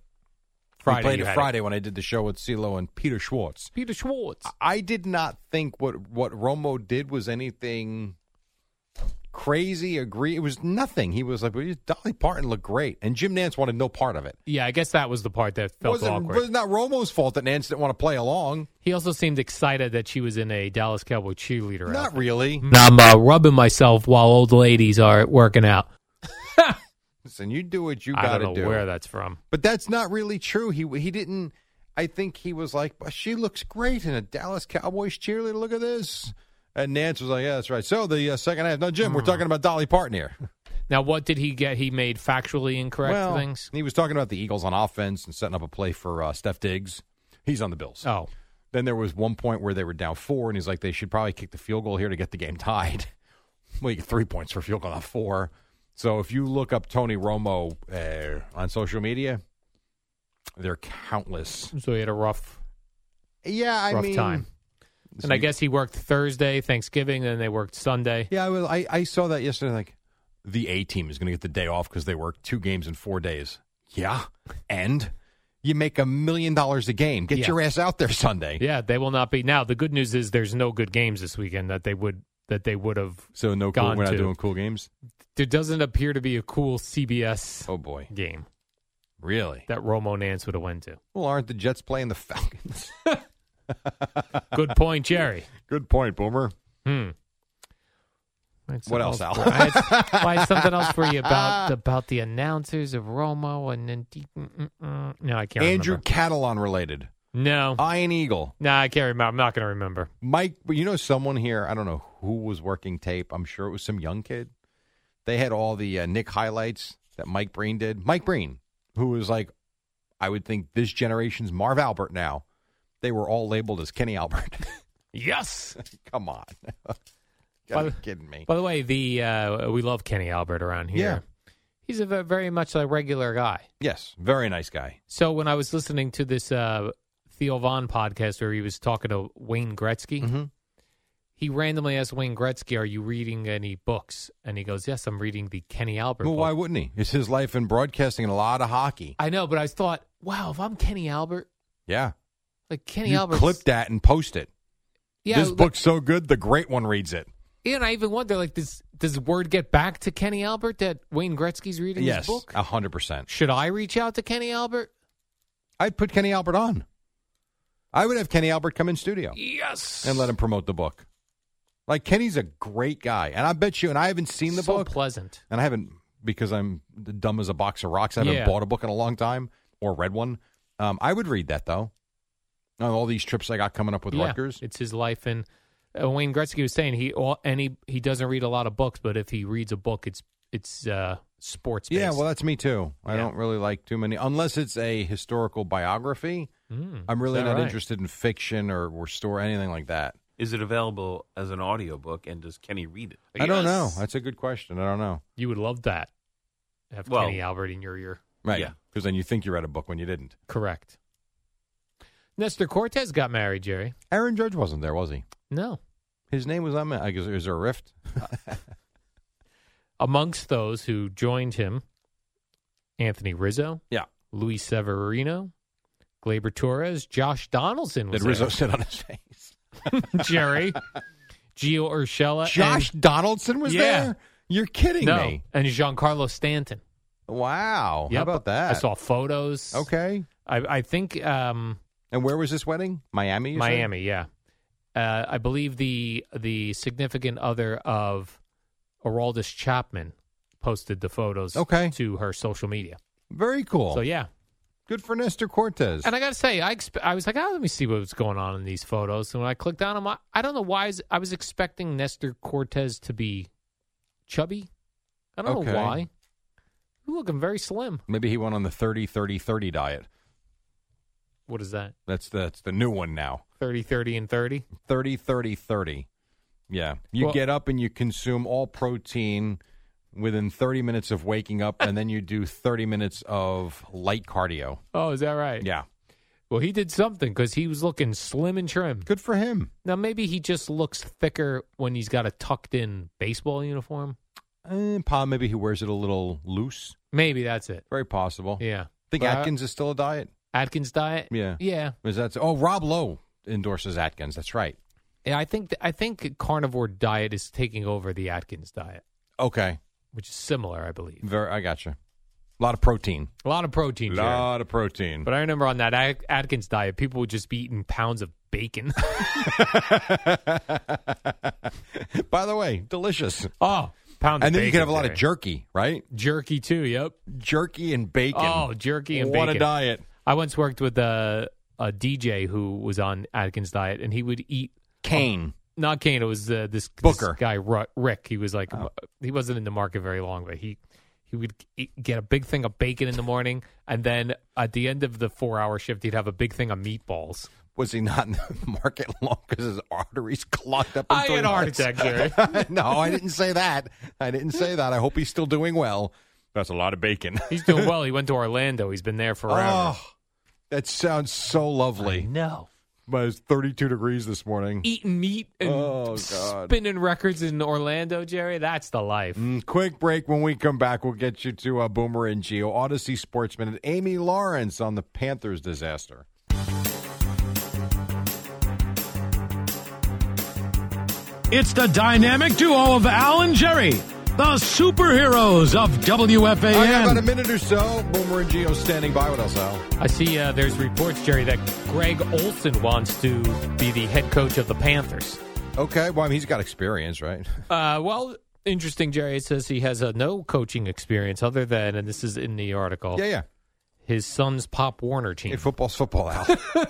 Speaker 2: Friday,
Speaker 3: We played
Speaker 2: you
Speaker 3: it
Speaker 2: had
Speaker 3: Friday when I did the show with CeeLo and Peter Schwartz.
Speaker 2: Peter Schwartz.
Speaker 3: I did not think what what Romo did was anything crazy. Agree, it was nothing. He was like, well, Dolly Parton looked great, and Jim Nance wanted no part of it.
Speaker 2: Yeah, I guess that was the part that felt
Speaker 3: wasn't,
Speaker 2: awkward.
Speaker 3: was not Romo's fault that Nance didn't want to play along.
Speaker 2: He also seemed excited that she was in a Dallas Cowboy cheerleader.
Speaker 3: Not really.
Speaker 2: Now I'm uh, rubbing myself while old ladies are working out.
Speaker 3: Listen, you do what you
Speaker 2: I
Speaker 3: got
Speaker 2: don't
Speaker 3: to
Speaker 2: know
Speaker 3: do.
Speaker 2: where that's from.
Speaker 3: But that's not really true. He he didn't. I think he was like, but she looks great in a Dallas Cowboys cheerleader. Look at this. And Nance was like, yeah, that's right. So the uh, second half, no,
Speaker 2: Hmm.
Speaker 3: Jim, we're talking about Dolly Parton here.
Speaker 2: Now, what did he get? He made factually incorrect
Speaker 3: well,
Speaker 2: things.
Speaker 3: He was talking about the Eagles on offense and setting up a play for uh, Steph Diggs. He's on the Bills.
Speaker 2: Oh.
Speaker 3: Then there was one point where they were down four, and he's like, they should probably kick the field goal here to get the game tied. <laughs> well, you get three points for field goal, not four. So if you look up Tony Romo uh, on social media, they're countless.
Speaker 2: So he had a rough,
Speaker 3: Yeah, I
Speaker 2: rough
Speaker 3: mean,
Speaker 2: time. And I guess he worked Thursday, Thanksgiving, then they worked Sunday.
Speaker 3: Yeah, I, was, I I saw that yesterday. Like the A team is going to get the day off because they work two games in four days. Yeah, and you make a million dollars a game. Get
Speaker 2: Yeah.
Speaker 3: your ass out there Sunday.
Speaker 2: Yeah, they will not be. Now, the good news is there's no good games this weekend that they would that they would have.
Speaker 3: So no, cool,
Speaker 2: gone
Speaker 3: we're not
Speaker 2: to.
Speaker 3: doing cool games.
Speaker 2: There doesn't appear to be a cool CBS.
Speaker 3: Oh boy,
Speaker 2: game
Speaker 3: really
Speaker 2: that Romo Nance would have went to.
Speaker 3: Well, aren't the Jets playing the Falcons?
Speaker 2: Good point,
Speaker 3: <laughs>
Speaker 2: Jerry.
Speaker 3: Good point, Boomer.
Speaker 2: Hmm. I had something
Speaker 3: What else, Al?
Speaker 2: for- I had, well, I had something else for you
Speaker 3: <laughs>
Speaker 2: about about the announcers of Romo and then mm-mm-mm. no, I can't.
Speaker 3: Andrew
Speaker 2: remember.
Speaker 3: Catalon related.
Speaker 2: No,
Speaker 3: Iron Eagle.
Speaker 2: no, I can't remember. I'm not going to remember.
Speaker 3: Mike, but you know someone here, I don't know who was working tape. I'm sure it was some young kid. They had all the uh, Nick highlights that Mike Breen did. Mike Breen, who was like, I would think this generation's Marv Albert now. They were all labeled as Kenny Albert. <laughs>
Speaker 2: Yes.
Speaker 3: Come on. <laughs>
Speaker 2: By
Speaker 3: Gotta
Speaker 2: the-
Speaker 3: be kidding me.
Speaker 2: <laughs> By the way, the uh, we love Kenny Albert around here.
Speaker 3: Yeah.
Speaker 2: He's a ve- very much a regular guy.
Speaker 3: Yes, very nice guy.
Speaker 2: So when I was listening to this uh, Theo Vaughn podcast where he was talking to Wayne Gretzky,
Speaker 3: Mm-hmm.
Speaker 2: he randomly asked Wayne Gretzky, "Are you reading any books?" And he goes, "Yes, I'm reading the Kenny Albert."
Speaker 3: Well,
Speaker 2: book."
Speaker 3: why wouldn't he? It's his life in broadcasting and a lot of hockey.
Speaker 2: I know, but I thought, wow, if I'm Kenny Albert,
Speaker 3: Yeah.
Speaker 2: like Kenny
Speaker 3: you
Speaker 2: Albert,
Speaker 3: clip that and post it.
Speaker 2: yeah,
Speaker 3: this
Speaker 2: like-
Speaker 3: book's so good, the great one reads it.
Speaker 2: yeah, and I even wonder, like, does does word get back to Kenny Albert that Wayne Gretzky's reading his
Speaker 3: Yes,
Speaker 2: book?
Speaker 3: a 100%.
Speaker 2: Should I reach out to Kenny Albert?
Speaker 3: I'd put Kenny Albert on. I would have Kenny Albert come in studio.
Speaker 2: Yes,
Speaker 3: and let him promote the book. Like Kenny's a great guy, and I bet you. And I haven't seen the
Speaker 2: so
Speaker 3: book,
Speaker 2: pleasant.
Speaker 3: and I haven't because I'm dumb as a box of rocks. I haven't
Speaker 2: Yeah.
Speaker 3: bought a book in a long time or read one. Um, I would read that though. On all these trips I got coming up with
Speaker 2: Yeah,
Speaker 3: Rutgers,
Speaker 2: It's his life, and uh, Wayne Gretzky was saying he all, and he, he doesn't read a lot of books, but if he reads a book, it's it's uh, sports.
Speaker 3: yeah. Well, that's me too. I don't really like too many unless it's a historical biography.
Speaker 2: Hmm.
Speaker 3: I'm really not interested in fiction or, or story anything like that.
Speaker 6: Is it available as an audiobook and does Kenny read it?
Speaker 3: I don't know. That's a good question. I don't know.
Speaker 2: You would love that. Have
Speaker 6: Well-
Speaker 2: Kenny Albert in your ear.
Speaker 3: Right?
Speaker 6: Yeah.
Speaker 3: Because then you think you read a book when you didn't.
Speaker 2: Correct. Nestor Cortez got married, Jerry.
Speaker 3: Aaron Judge wasn't there, was he?
Speaker 2: No.
Speaker 3: His name was on. I guess is there a rift?
Speaker 2: Amongst those who joined him, Anthony Rizzo,
Speaker 3: Yeah.
Speaker 2: Luis Severino, Glaber Torres, Josh Donaldson was
Speaker 3: Did Rizzo
Speaker 2: there.
Speaker 3: sit on his face?
Speaker 2: <laughs> Jerry, Gio Urshela,
Speaker 3: Josh
Speaker 2: and,
Speaker 3: Donaldson was
Speaker 2: Yeah.
Speaker 3: there. You're kidding
Speaker 2: no,
Speaker 3: me.
Speaker 2: and Giancarlo Stanton.
Speaker 3: Wow.
Speaker 2: Yep.
Speaker 3: How about that?
Speaker 2: I saw photos.
Speaker 3: Okay.
Speaker 2: I, I think um,
Speaker 3: And where was this wedding? Miami. you said?
Speaker 2: Miami. Yeah, uh, I believe the the significant other of Araldus Chapman posted the photos.
Speaker 3: Okay.
Speaker 2: to her social media.
Speaker 3: Very cool.
Speaker 2: So yeah,
Speaker 3: Good for Nestor Cortez.
Speaker 2: and I got to say, I expe- I was like, oh, let me see what was going on in these photos. And when I clicked on them, I, I don't know why is- I was expecting Nestor Cortez to be chubby. I don't
Speaker 3: Okay.
Speaker 2: know why. You're looking very slim.
Speaker 3: Maybe he went on the 30 30 30 diet.
Speaker 2: What is that?
Speaker 3: That's that's the new one now.
Speaker 2: 30, 30, and 30?
Speaker 3: 30 30 30. Yeah. You
Speaker 2: Well-
Speaker 3: get up and you consume all protein within 30 minutes of waking up and then you do 30 minutes of light cardio.
Speaker 2: Oh, is that right?
Speaker 3: Yeah.
Speaker 2: Well, he did something because he was looking slim and trim.
Speaker 3: Good for him.
Speaker 2: Now, maybe he just looks thicker when he's got a tucked in baseball uniform.
Speaker 3: Eh, Pa, maybe he wears it a little loose.
Speaker 2: Maybe that's it.
Speaker 3: Very possible.
Speaker 2: Yeah.
Speaker 3: Think
Speaker 2: But I-
Speaker 3: Atkins is still a diet?
Speaker 2: Atkins diet?
Speaker 3: Yeah.
Speaker 2: Yeah.
Speaker 3: Is that Oh, Rob Lowe endorses Atkins. That's right.
Speaker 2: Yeah, I think I think carnivore diet is taking over the Atkins diet,
Speaker 3: Okay.
Speaker 2: which is similar, I believe.
Speaker 3: Very I gotcha. A lot of protein.
Speaker 2: A lot of protein, Jerry.
Speaker 3: lot of protein.
Speaker 2: But I remember on that Ad- Atkins diet, people would just be eating pounds of
Speaker 3: <laughs>
Speaker 2: bacon. <laughs>
Speaker 3: By the way, delicious.
Speaker 2: oh, pounds.
Speaker 3: And
Speaker 2: of
Speaker 3: then you
Speaker 2: bacon,
Speaker 3: can have a lot of
Speaker 2: Jerry.
Speaker 3: jerky, right?
Speaker 2: jerky too. Yep.
Speaker 3: Jerky and bacon.
Speaker 2: Oh, jerky and
Speaker 3: what
Speaker 2: bacon.
Speaker 3: a diet.
Speaker 2: I once worked with a, a DJ who was on Atkins diet, and he would eat
Speaker 3: Cane.
Speaker 2: not cane. It was uh, this this
Speaker 3: Booker. Oh.
Speaker 2: guy Ru- Rick. He was like he wasn't in the market very long, but he he would eat, get a big thing of bacon in the morning, and then at the end of the four hour shift, he'd have a big thing of meatballs.
Speaker 3: Was he not in the <laughs> market long because his arteries clogged up?
Speaker 2: I
Speaker 3: until
Speaker 2: had
Speaker 3: he
Speaker 2: a heart
Speaker 3: was-
Speaker 2: attack, Jerry.
Speaker 3: <laughs> no, I didn't say that. I didn't say that. I hope he's still doing well. That's a lot of
Speaker 2: <laughs>
Speaker 3: bacon.
Speaker 2: He's
Speaker 3: <laughs>
Speaker 2: doing well. He went to Orlando. He's been there forever.
Speaker 3: Oh, that sounds so lovely.
Speaker 2: no.
Speaker 3: But it's 32 degrees this morning.
Speaker 2: Eating meat and
Speaker 3: Oh, God.
Speaker 2: spinning records in Orlando, Jerry. That's the life.
Speaker 3: Mm, Quick break. When we come back, we'll get you to uh, Boomer and Geo, Odyssey Sportsman, and Amy Lawrence on the Panthers disaster.
Speaker 5: It's the dynamic duo of Al and Jerry, the superheroes of
Speaker 3: I got about a
Speaker 5: WFAN.
Speaker 3: minute or so. Boomer and Geo standing by. What else, Al?
Speaker 2: I see uh, there's reports, Jerry, that Greg Olson wants to be the head coach of the Panthers.
Speaker 3: Okay. Well, I mean, he's got experience, right?
Speaker 2: Uh, well, interesting, Jerry. It says he has uh, no coaching experience other than, and this is in the article,
Speaker 3: Yeah, yeah.
Speaker 2: his son's Pop Warner team.
Speaker 3: Hey, football's football,
Speaker 2: <laughs>
Speaker 3: Al.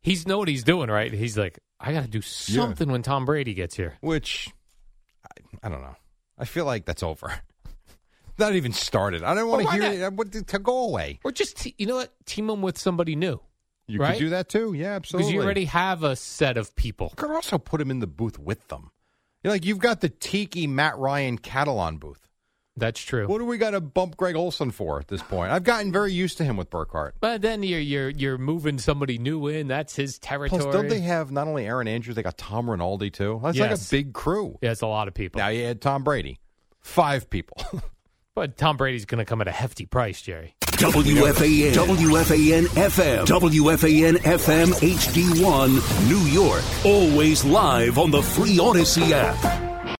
Speaker 2: He's know what he's doing, right? He's like, I got to do something when Tom Brady gets here.
Speaker 3: Which, I, I don't know. I feel like that's over. <laughs> Not even started. I don't want to
Speaker 2: Well, why
Speaker 3: hear it. I want it to go away.
Speaker 2: Or just, te- you know what? Team him with somebody new.
Speaker 3: You
Speaker 2: Right?
Speaker 3: could do that too. Yeah,
Speaker 2: Because
Speaker 3: absolutely.
Speaker 2: you already have a set of people.
Speaker 3: You could also put him in the booth with them. You're like, you've got the tiki Matt Ryan Catalan booth.
Speaker 2: That's true.
Speaker 3: What do we got to bump Greg Olson for at this point? I've gotten very used to him with Burkhart.
Speaker 2: But then you're you're you're moving somebody new in. That's his territory.
Speaker 3: Plus, don't they have not only Aaron Andrews, they got Tom Rinaldi too? That's like a
Speaker 2: Yes.
Speaker 3: big crew.
Speaker 2: yeah, it's a lot of people.
Speaker 3: Now you had Tom Brady, five people.
Speaker 2: But Tom Brady's going to come at a hefty price, Jerry.
Speaker 4: WFAN, WFAN FM, WFAN FM HD1, New York. Always live on the Free Odyssey app.